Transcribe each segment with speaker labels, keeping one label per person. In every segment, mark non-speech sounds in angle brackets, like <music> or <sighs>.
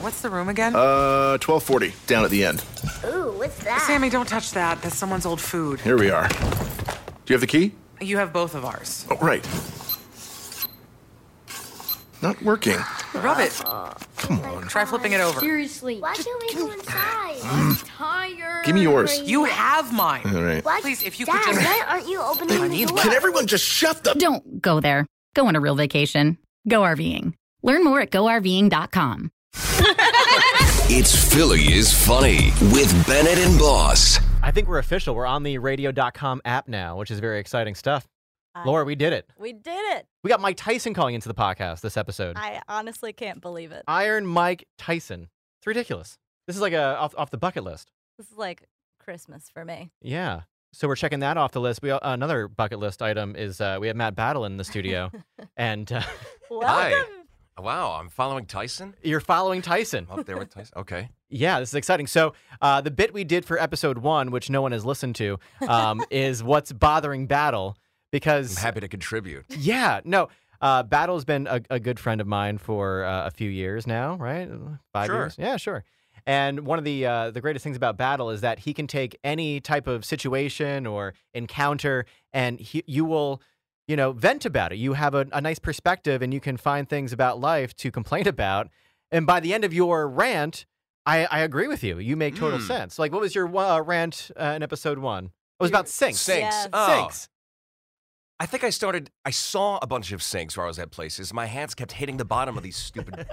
Speaker 1: What's the room again?
Speaker 2: Uh, 1240, down at the end.
Speaker 3: Ooh, what's that?
Speaker 1: Sammy, don't touch that. That's someone's old food.
Speaker 2: Here we are. Do you have the key?
Speaker 1: You have both of ours.
Speaker 2: Oh, right. Not working.
Speaker 1: Rub it.
Speaker 2: Come on.
Speaker 1: Try flipping it over.
Speaker 4: Seriously.
Speaker 3: Why can't we go inside?
Speaker 1: <gasps>
Speaker 4: I'm tired.
Speaker 2: Give me yours.
Speaker 1: You have mine.
Speaker 2: All right.
Speaker 3: Why-
Speaker 1: Please, if you could
Speaker 3: Dad,
Speaker 1: just-
Speaker 3: why aren't you opening the door?
Speaker 2: Can everyone just shut the?
Speaker 4: Don't go there. Go on a real vacation. Go RVing. Learn more at GoRVing.com.
Speaker 5: It's Philly is Funny with Bennett and Boss.
Speaker 6: I think we're official. We're on the radio.com app now, which is very exciting stuff. Laura, we did it.
Speaker 7: We did it.
Speaker 6: We got Mike Tyson calling into the podcast this episode.
Speaker 7: I honestly can't believe it.
Speaker 6: Iron Mike Tyson. It's ridiculous. This is like a off, off the bucket list.
Speaker 7: This is like Christmas for me.
Speaker 6: Yeah. So we're checking that off the list. We uh, another bucket list item is uh, we have Matt Battle in
Speaker 7: <laughs>
Speaker 6: the studio, and uh, <laughs>
Speaker 7: Welcome.
Speaker 8: Wow, I'm following Tyson.
Speaker 6: you're following Tyson.
Speaker 8: I'm up there with Tyson. Okay.
Speaker 6: Yeah, this is exciting. So, uh, the bit we did for episode one, which no one has listened to, um, is what's bothering Battle
Speaker 8: I'm
Speaker 6: because.
Speaker 8: happy to contribute.
Speaker 6: yeah, no. Uh, Battle's been a, a good friend of mine for uh, a few years now, right? Five
Speaker 8: Sure.
Speaker 6: years. Yeah, sure. And one of the uh, the greatest things about Battle is that he can take any type of situation or encounter, and he, you will, you know, vent about it. You have a, a nice perspective, and you can find things about life to complain about. And by the end of your rant, I, I agree with you. You make total
Speaker 8: Mm.
Speaker 6: sense. Like, what was your uh, rant uh, in episode one? It was about sinks.
Speaker 8: Sinks.
Speaker 7: Yes.
Speaker 8: Oh.
Speaker 6: Sinks.
Speaker 8: I think I started, I saw a bunch of sinks where I was at places. My hands kept hitting the bottom of these stupid,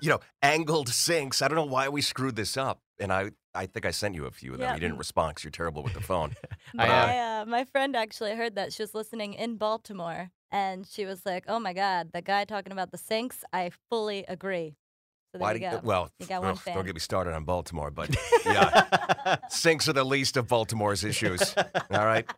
Speaker 8: you know, angled sinks. I don't know why we screwed this up. And I, I think I sent you a few of them.
Speaker 7: Yeah.
Speaker 8: You didn't respond because you're terrible with
Speaker 7: <laughs>
Speaker 8: the phone.
Speaker 6: I
Speaker 7: my, uh, my friend actually heard that. She was listening in Baltimore and she was like, oh my God, the guy talking about the sinks, I fully agree. So there
Speaker 8: why
Speaker 7: you
Speaker 8: do
Speaker 7: go.
Speaker 8: you, well,
Speaker 7: You got one
Speaker 8: ugh,
Speaker 7: fan.
Speaker 8: don't get me started on
Speaker 7: <laughs>
Speaker 8: Baltimore, but yeah, sinks are the least of
Speaker 7: <laughs>
Speaker 8: Baltimore's issues. All right.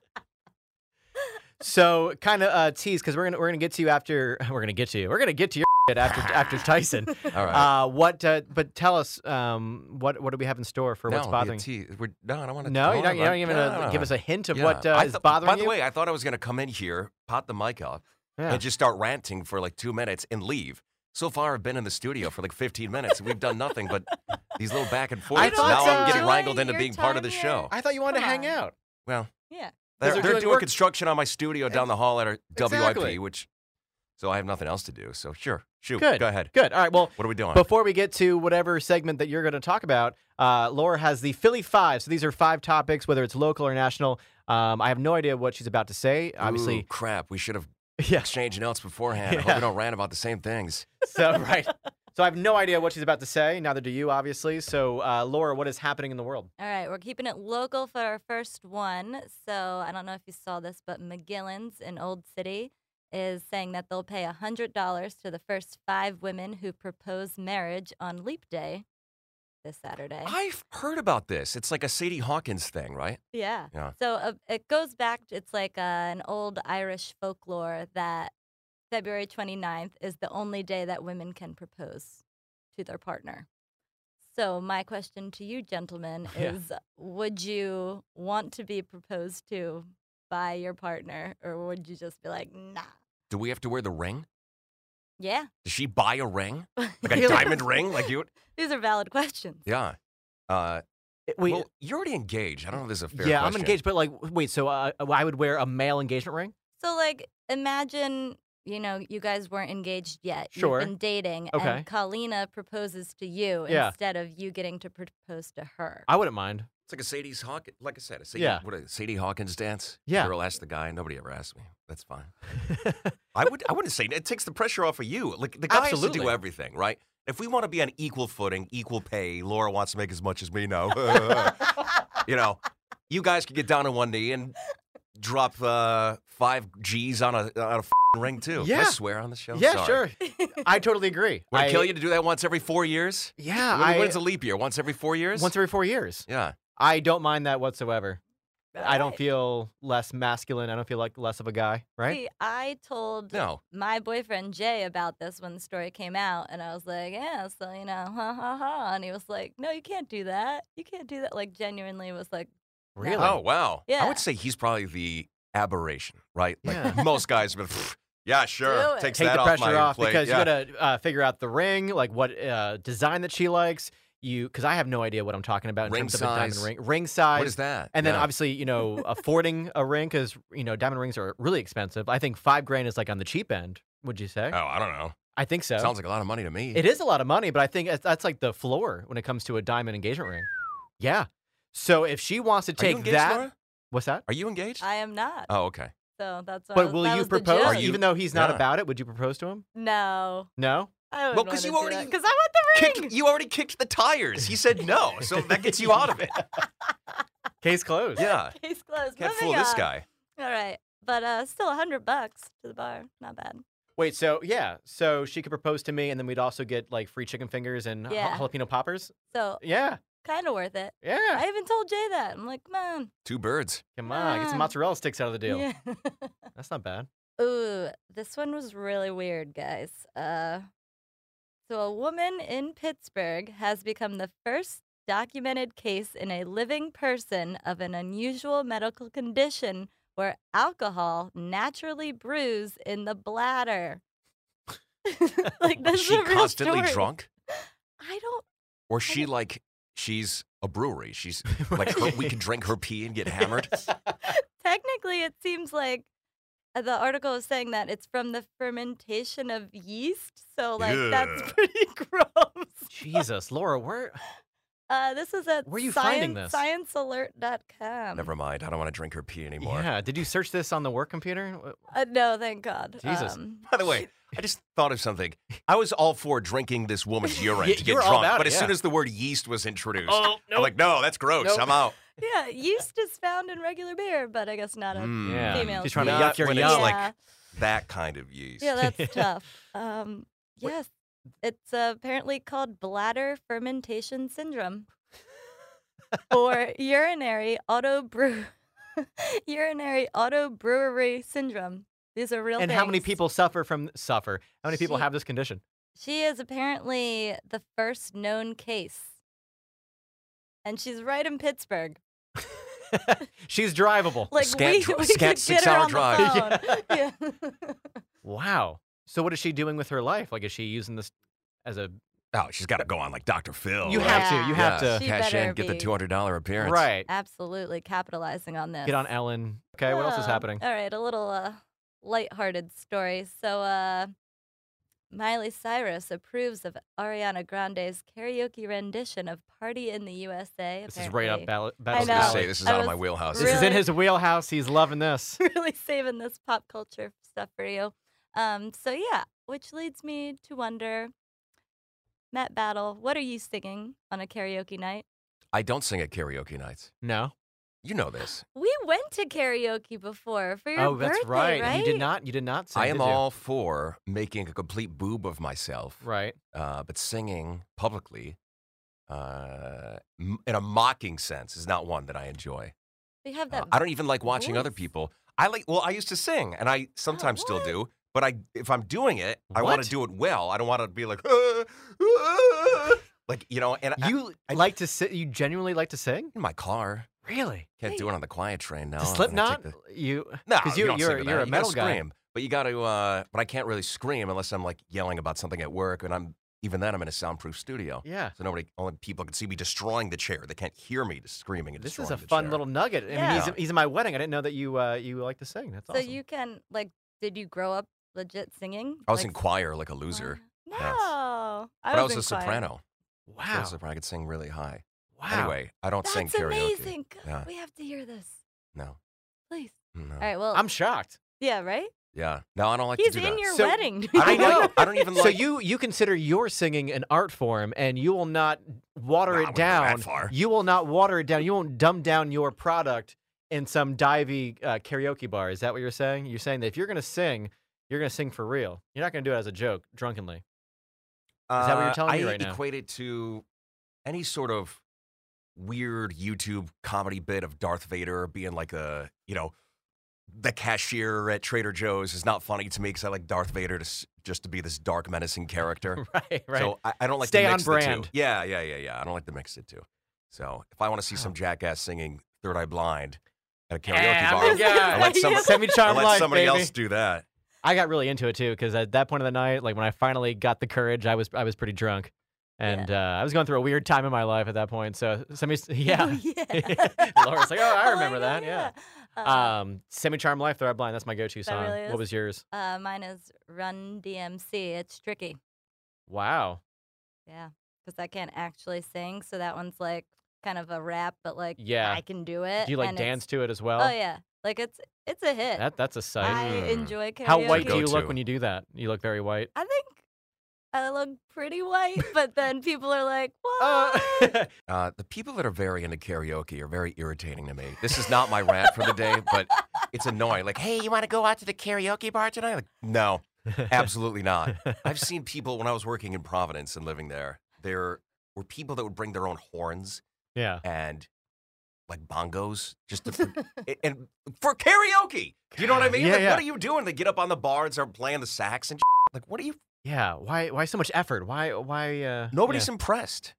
Speaker 6: So kind of uh, tease because we're gonna we're gonna get to you after <laughs> we're gonna get to you we're gonna get to your <laughs> shit after after Tyson.
Speaker 8: All <laughs> right.
Speaker 6: Uh, what? Uh, but tell us um, what what do we have in store for
Speaker 8: no,
Speaker 6: what's
Speaker 8: the
Speaker 6: bothering?
Speaker 8: tea- we're- no, I don't want to.
Speaker 6: No, you're not, you're not even gonna give us a hint of
Speaker 8: Yeah.
Speaker 6: what uh,
Speaker 8: I
Speaker 6: is
Speaker 8: thought-
Speaker 6: bothering
Speaker 8: By the
Speaker 6: you?
Speaker 8: way, I thought I was going to come in here, pot the mic up,
Speaker 6: Yeah.
Speaker 8: and just start ranting for like two minutes and leave. So far, I've been in the studio for like 15 minutes, and we've done nothing
Speaker 6: <laughs>
Speaker 8: but these little back and forths.
Speaker 6: I thought
Speaker 8: now
Speaker 6: so.
Speaker 8: I'm getting
Speaker 6: Enjoy
Speaker 8: wrangled into
Speaker 7: your
Speaker 8: being part of the
Speaker 7: time here.
Speaker 8: show.
Speaker 6: I thought you wanted to
Speaker 7: Come
Speaker 6: hang
Speaker 7: on.
Speaker 6: out.
Speaker 8: Well,
Speaker 7: yeah.
Speaker 8: they're,
Speaker 6: they're
Speaker 8: they're
Speaker 6: doing
Speaker 8: doing
Speaker 6: work-
Speaker 8: construction on my studio down the hall at our
Speaker 6: Exactly.
Speaker 8: WIP, which so I have nothing else to do. So sure, shoot,
Speaker 6: Good.
Speaker 8: go ahead.
Speaker 6: Good. All right. Well,
Speaker 8: What are we doing?
Speaker 6: Before we get to whatever segment that you're going to talk about, uh, Laura has the Philly Five. So these are five topics, whether it's local or national. Um, I have no idea what she's about to say.
Speaker 8: Ooh,
Speaker 6: Obviously,
Speaker 8: crap. We should have
Speaker 6: <laughs> yeah.
Speaker 8: exchanged notes beforehand. I
Speaker 6: Yeah.
Speaker 8: hope we don't rant about the same things.
Speaker 6: So <laughs> right. So I have no idea what she's about to say. Neither do you, obviously. So uh, Laura, what is happening in the world?
Speaker 7: All right, we're keeping it local for our first one. So I don't know if you saw this, but McGillen's in Old City is saying that they'll pay $100 to the first five women who propose marriage on Leap Day this Saturday.
Speaker 8: I've heard about this. It's like a Sadie Hawkins thing, right?
Speaker 7: Yeah.
Speaker 8: Yeah.
Speaker 7: So uh, it goes back, it's like uh, an old Irish folklore that February 29th is the only day that women can propose to their partner. So, my question to you, gentlemen,
Speaker 6: <laughs> Yeah.
Speaker 7: is would you want to be proposed to by your partner or would you just be like, nah?
Speaker 8: Do we have to wear the ring?
Speaker 7: Yeah.
Speaker 8: Does she buy a
Speaker 6: <laughs>
Speaker 8: ring? Like a
Speaker 6: Really?
Speaker 8: diamond ring? Like you?
Speaker 7: These are valid <laughs> questions.
Speaker 8: Yeah. Uh,
Speaker 6: Wait,
Speaker 8: well, you're already engaged. I don't know if this is a fair
Speaker 6: yeah, I'm
Speaker 8: question.
Speaker 6: engaged, but like, wait. So uh, I would wear a male engagement ring.
Speaker 7: So, like, imagine, you know, you guys weren't engaged yet.
Speaker 6: Sure.
Speaker 7: You've been dating,
Speaker 6: Okay.
Speaker 7: and Colina proposes to you
Speaker 6: Yeah.
Speaker 7: instead of you getting to propose to her.
Speaker 6: I wouldn't mind.
Speaker 8: It's like a Sadie's Hawkins. Like I said, a Sadie,
Speaker 6: Yeah.
Speaker 8: what a Sadie Hawkins dance.
Speaker 6: Yeah.
Speaker 8: Girl asked the guy. Nobody ever asked me. That's
Speaker 6: <laughs>
Speaker 8: fine. I would. I wouldn't say it takes the pressure off of you. Like the guy has to do
Speaker 6: Absolutely.
Speaker 8: everything, right? If we want to be on equal footing, equal pay, Laura wants to
Speaker 6: <laughs>
Speaker 8: make as much as me now. you know, you guys can get down on one knee and drop uh, five G's on a on a f- ring too. Can
Speaker 6: Yeah.
Speaker 8: I swear on the show.
Speaker 6: yeah,
Speaker 8: Sorry.
Speaker 6: sure. I totally agree.
Speaker 8: Would
Speaker 6: I-
Speaker 8: it kill you to do that once every four years?
Speaker 6: <laughs> Yeah,
Speaker 8: When-
Speaker 6: I,
Speaker 8: when is a leap year? Once every four years?
Speaker 6: once every four years.
Speaker 8: yeah.
Speaker 6: I don't mind that whatsoever. I don't
Speaker 7: Right.
Speaker 6: feel less masculine. I don't feel like less of a guy, right?
Speaker 7: See, I told
Speaker 8: No.
Speaker 7: my boyfriend Jay about this when the story came out, and I was like, "Yeah, so you know, ha ha ha," and he was like, "No, you can't do that. You can't do that." Like, genuinely was like,
Speaker 6: Really?
Speaker 8: Oh wow. I
Speaker 7: Yeah.
Speaker 8: would say he's probably the aberration, right?
Speaker 7: <laughs>
Speaker 8: Like
Speaker 6: Yeah.
Speaker 8: most guys, but pff, yeah, sure,
Speaker 7: Do it.
Speaker 8: takes
Speaker 6: Take
Speaker 8: that
Speaker 6: the
Speaker 8: off
Speaker 6: pressure
Speaker 8: my
Speaker 6: off,
Speaker 8: plate.
Speaker 6: because
Speaker 8: yeah.
Speaker 6: you gotta uh, figure out the ring, like what uh, design that she likes. You, because I have no idea what I'm talking about in
Speaker 8: Ring
Speaker 6: terms of a diamond
Speaker 8: size.
Speaker 6: ring, ring size.
Speaker 8: what is that?
Speaker 6: And then
Speaker 8: Yeah.
Speaker 6: obviously,
Speaker 8: <laughs>
Speaker 6: you know, affording a ring because you know diamond rings are really expensive. I think five grand is like on the cheap end. Would you say?
Speaker 8: oh, I don't know.
Speaker 6: I think so.
Speaker 8: Sounds like a lot of money to me.
Speaker 6: It is a lot of money, but I think that's- that's like the floor when it comes to a diamond engagement ring. Yeah. So if she wants to
Speaker 8: Are you
Speaker 6: take
Speaker 8: engaged,
Speaker 6: that,
Speaker 8: Laura?
Speaker 6: what's that?
Speaker 8: Are you engaged?
Speaker 7: "I am not."
Speaker 8: oh, okay.
Speaker 7: So that's why. I
Speaker 6: But
Speaker 7: was-
Speaker 6: will
Speaker 7: that
Speaker 6: you
Speaker 7: was the
Speaker 6: propose,
Speaker 7: joke.
Speaker 8: you-
Speaker 6: even though he's not
Speaker 8: yeah.
Speaker 6: about it? Would you propose to him?
Speaker 7: No,
Speaker 6: No.
Speaker 7: I would.
Speaker 8: Well, 'cause you already-
Speaker 7: because I want the ring.
Speaker 8: Kicked, you already kicked the tires. He
Speaker 7: <laughs>
Speaker 8: said no, so that gets you out of it.
Speaker 6: Case closed.
Speaker 8: Yeah.
Speaker 7: Case closed.
Speaker 8: Can't
Speaker 7: <laughs> Moving
Speaker 8: fool this
Speaker 7: on.
Speaker 8: guy.
Speaker 7: All right, but uh, still a hundred bucks to the bar. Not bad.
Speaker 6: Wait. So yeah. So she could propose to me, and then we'd also get like free chicken fingers and ha-
Speaker 7: Yeah.
Speaker 6: jalapeno poppers.
Speaker 7: So
Speaker 6: Yeah.
Speaker 7: kind of worth it.
Speaker 6: Yeah.
Speaker 7: I even told Jay that. I'm like, man.
Speaker 8: Two birds.
Speaker 6: Come on, get some
Speaker 7: Ah.
Speaker 6: mozzarella sticks out of the deal.
Speaker 7: Yeah. <laughs>
Speaker 6: That's not bad.
Speaker 7: Ooh, this one was really weird, guys. Uh, so, a woman in Pittsburgh has become the first documented case in a living person of an unusual medical condition where alcohol naturally brews in the bladder. <laughs>
Speaker 8: <laughs>
Speaker 7: like, <laughs> this
Speaker 8: is she
Speaker 7: is a real
Speaker 8: constantly
Speaker 7: story.
Speaker 8: drunk,
Speaker 7: I don't.
Speaker 8: or she like she's a brewery.
Speaker 7: <laughs>
Speaker 8: She's like her, we can drink her pee and get hammered.
Speaker 7: Technically, it seems like uh, the article is saying that it's from the fermentation of yeast. So, like, that's <laughs>
Speaker 8: Ugh.
Speaker 7: pretty gross.
Speaker 6: Jesus, Laura, where?
Speaker 7: Uh, this is at
Speaker 6: Where are you finding
Speaker 7: science,
Speaker 6: this?
Speaker 7: sciencealert.com.
Speaker 8: Never mind. I don't want to drink her pee <laughs> anymore.
Speaker 6: Yeah. Did you search this on the work computer?
Speaker 7: Uh, no, thank God.
Speaker 6: Jesus.
Speaker 7: Um,
Speaker 8: By the way, I just thought of something. I was all for drinking this woman's <laughs> urine
Speaker 6: Yeah,
Speaker 8: to
Speaker 6: you
Speaker 8: get
Speaker 6: were all
Speaker 8: drunk,
Speaker 6: about
Speaker 8: but
Speaker 6: it,
Speaker 8: as soon
Speaker 6: yeah.
Speaker 8: as the word yeast was introduced,
Speaker 6: Oh,
Speaker 8: I'm like, no, that's gross.
Speaker 6: Nope.
Speaker 8: I'm out.
Speaker 7: yeah, yeast is found in regular beer, but I guess not a.
Speaker 8: Mm.
Speaker 6: Yeah.
Speaker 7: Females.
Speaker 6: She's trying to
Speaker 8: Not
Speaker 6: yuck your
Speaker 8: when
Speaker 6: yum.
Speaker 8: it's
Speaker 7: yeah.
Speaker 8: like- That kind of yeast.
Speaker 7: yeah,
Speaker 6: Yeah. <laughs>
Speaker 7: that's tough. Um, yes, it's uh, apparently called bladder fermentation syndrome or urinary auto brew, <laughs> urinary auto brewery syndrome. These are real.
Speaker 6: and how many
Speaker 7: things.
Speaker 6: people suffer from suffer? How many people
Speaker 7: She-
Speaker 6: have this condition?
Speaker 7: She is apparently the first known case. And she's right in Pittsburgh.
Speaker 6: She's drivable. <laughs>
Speaker 7: Like
Speaker 8: Scant
Speaker 7: we,
Speaker 8: dri-
Speaker 7: we
Speaker 8: scant
Speaker 7: could get her
Speaker 8: six-hour
Speaker 7: on
Speaker 8: drive.
Speaker 7: the phone. <laughs> Yeah.
Speaker 6: wow. So what is she doing with her life? Like, is she using this as a?
Speaker 8: Oh, she's got to go on like Dr. Phil.
Speaker 6: you
Speaker 8: right?
Speaker 6: have to. You have
Speaker 8: Yeah,
Speaker 6: to.
Speaker 7: She
Speaker 8: cash in,
Speaker 7: better
Speaker 8: get the
Speaker 7: be.
Speaker 8: $200 appearance.
Speaker 6: Right.
Speaker 7: Absolutely capitalizing on this.
Speaker 6: Get on Ellen. Okay. What else is
Speaker 7: Um,
Speaker 6: happening?
Speaker 7: All right, a little uh, lighthearted story. So uh, Miley Cyrus approves of Ariana Grande's karaoke rendition of Party in the USA.
Speaker 6: This is right up
Speaker 7: apparently.
Speaker 6: Battle.
Speaker 8: I was going
Speaker 6: Battle's
Speaker 8: to
Speaker 7: know.
Speaker 8: say,
Speaker 6: alley.
Speaker 8: this is
Speaker 7: I
Speaker 8: out of my
Speaker 7: was
Speaker 8: wheelhouse.
Speaker 6: This is in
Speaker 7: Really?
Speaker 6: his wheelhouse. He's loving this.
Speaker 7: <laughs> really saving this pop culture stuff for you. Um, so yeah, which leads me to wonder, Matt Battle, what are you singing on a karaoke night?
Speaker 8: I don't sing at karaoke nights.
Speaker 6: No.
Speaker 8: You know this.
Speaker 7: We went to karaoke before for your
Speaker 6: oh,
Speaker 7: birthday,
Speaker 6: that's right. You did not. You did not. Sing,
Speaker 8: I am
Speaker 6: did you?
Speaker 8: all for making a complete boob of myself,
Speaker 6: Right.
Speaker 8: uh, but singing publicly uh, m- in a mocking sense is not one that I enjoy.
Speaker 7: We
Speaker 6: Oh,
Speaker 7: have
Speaker 8: Uh,
Speaker 7: that.
Speaker 8: I don't even like watching other
Speaker 7: voice.
Speaker 8: people. I like well, I used to sing and I sometimes still
Speaker 7: what?
Speaker 8: do, but I if I'm doing it, I want
Speaker 6: Oh, What?
Speaker 8: to do it well. I don't want to be like "Ah, ah," like you know, and I,
Speaker 6: You like to sing? You genuinely like to sing?
Speaker 8: in my car.
Speaker 6: Really?
Speaker 8: Can't do it on the quiet train now.
Speaker 6: to Slipknot? You?
Speaker 8: No,
Speaker 6: you're
Speaker 8: don't sing
Speaker 6: you're
Speaker 8: to
Speaker 6: you're
Speaker 8: that.
Speaker 6: a
Speaker 8: You gotta
Speaker 6: metal guy.
Speaker 8: Scream, but you got to. Uh, but I can't really scream unless I'm like yelling about something at work, and I'm even then I'm in a soundproof studio,
Speaker 6: Yeah.
Speaker 8: so nobody, only people can see me destroying the chair. They can't hear me screaming and
Speaker 6: This is
Speaker 8: destroying
Speaker 6: a
Speaker 8: the
Speaker 6: fun
Speaker 8: chair.
Speaker 6: little nugget. I mean,
Speaker 7: Yeah.
Speaker 6: he's, he's in my wedding. I didn't know that you uh, you like to sing. That's
Speaker 7: so
Speaker 6: awesome.
Speaker 7: you can like, did you grow up legit singing?
Speaker 8: I was
Speaker 7: Like,
Speaker 8: in choir like a loser,
Speaker 7: No,
Speaker 8: Yes.
Speaker 7: I
Speaker 8: but I
Speaker 7: was
Speaker 8: was
Speaker 7: in
Speaker 8: a
Speaker 7: choir.
Speaker 8: soprano. I
Speaker 6: wow.
Speaker 8: was a soprano. I could sing really high.
Speaker 6: wow.
Speaker 8: Anyway, I don't
Speaker 7: Oh. That's
Speaker 8: sing karaoke.
Speaker 7: amazing. God,
Speaker 8: Yeah.
Speaker 7: We have to hear this,
Speaker 8: No,
Speaker 7: please.
Speaker 8: no.
Speaker 7: All right, well,
Speaker 6: I'm shocked.
Speaker 7: yeah, right.
Speaker 8: Yeah, no, I don't like
Speaker 7: Uh, He's
Speaker 8: to
Speaker 7: in
Speaker 8: do that.
Speaker 7: your
Speaker 6: So-
Speaker 7: wedding. <laughs>
Speaker 8: I don't
Speaker 6: I
Speaker 8: like- I don't even like.
Speaker 6: so you you consider your singing an art form, and you will not water
Speaker 8: Nah, I
Speaker 6: it
Speaker 8: wouldn't go that
Speaker 6: down.
Speaker 8: far.
Speaker 6: You will not water it down. You won't dumb down your product in some divey uh, karaoke bar. Is that what you're saying? You're saying that if you're going to sing, you're going to sing for real. You're not going to do it as a joke, drunkenly. <laughs> Is that what you're
Speaker 8: Uh,
Speaker 6: telling me
Speaker 8: I
Speaker 6: right now?
Speaker 8: equate it to any sort of weird YouTube comedy bit of Darth Vader being like a, you know, the cashier at Trader Joe's is not funny to me because I like Darth Vader to s- just to be this dark, menacing character.
Speaker 6: right, right. <laughs>
Speaker 8: So I, I don't like
Speaker 6: Stay
Speaker 8: to
Speaker 6: on
Speaker 8: mix The
Speaker 6: brand.
Speaker 8: two. Yeah, yeah, yeah, yeah. I don't like to mix it too. So if I want to see some jackass singing Third Eye Blind at a karaoke
Speaker 6: Yeah,
Speaker 8: bar,
Speaker 6: I'm the guy.
Speaker 8: I
Speaker 6: <laughs>
Speaker 8: let, some,
Speaker 6: Semi
Speaker 8: I
Speaker 6: charm
Speaker 8: let
Speaker 6: life,
Speaker 8: somebody
Speaker 6: baby.
Speaker 8: else do that.
Speaker 6: I got really into it too because at that point of the night, like when I finally got the courage, I was I was pretty drunk, and uh, I was going through a weird time in my life at that point. So semi, <laughs> yeah,
Speaker 7: <laughs> yeah.
Speaker 8: <laughs>
Speaker 6: Laura's
Speaker 7: <laughs>
Speaker 6: like, oh, I
Speaker 7: Oh my
Speaker 6: remember
Speaker 7: God,
Speaker 6: that, yeah.
Speaker 7: Uh,
Speaker 6: Um, semi charm life, third eye blind. That's my go to song.
Speaker 7: really
Speaker 6: what
Speaker 7: is.
Speaker 6: was yours?
Speaker 7: uh, mine is Run DMC. It's tricky.
Speaker 6: Wow.
Speaker 7: Yeah. Because I can't actually sing. So that one's like kind of a rap, but like,
Speaker 6: Yeah.
Speaker 7: I can do it.
Speaker 6: Do you like
Speaker 7: Eh, and it's-
Speaker 6: dance to it as well?
Speaker 7: Oh, yeah. Like, it's it's a hit.
Speaker 6: That that's a
Speaker 7: I
Speaker 6: sight.
Speaker 7: enjoy karaoke.
Speaker 6: Mm. How white
Speaker 8: Go
Speaker 6: do you look
Speaker 8: to.
Speaker 6: when you do that? You look very white.
Speaker 7: I think I look pretty white, but then people are like, what?
Speaker 6: <laughs> Uh,
Speaker 8: Uh, the people that are very into karaoke are very irritating to me. This is not my rant for the day, but it's annoying. Like, hey, you want to go out to the karaoke bar tonight? Like, no, absolutely not. I've seen people when I was working in Providence and living there. There were people that would bring their own horns
Speaker 6: <laughs> yeah.
Speaker 8: and like bongos just to,
Speaker 6: <laughs>
Speaker 8: and- and for karaoke. You know what I mean?
Speaker 6: Yeah,
Speaker 8: like,
Speaker 6: yeah.
Speaker 8: what are you doing? They get up on the bar and start playing the sax and like, what are you?
Speaker 6: Uh, Yeah. Why why so much effort? Why why uh
Speaker 8: Nobody's
Speaker 6: yeah.
Speaker 8: impressed.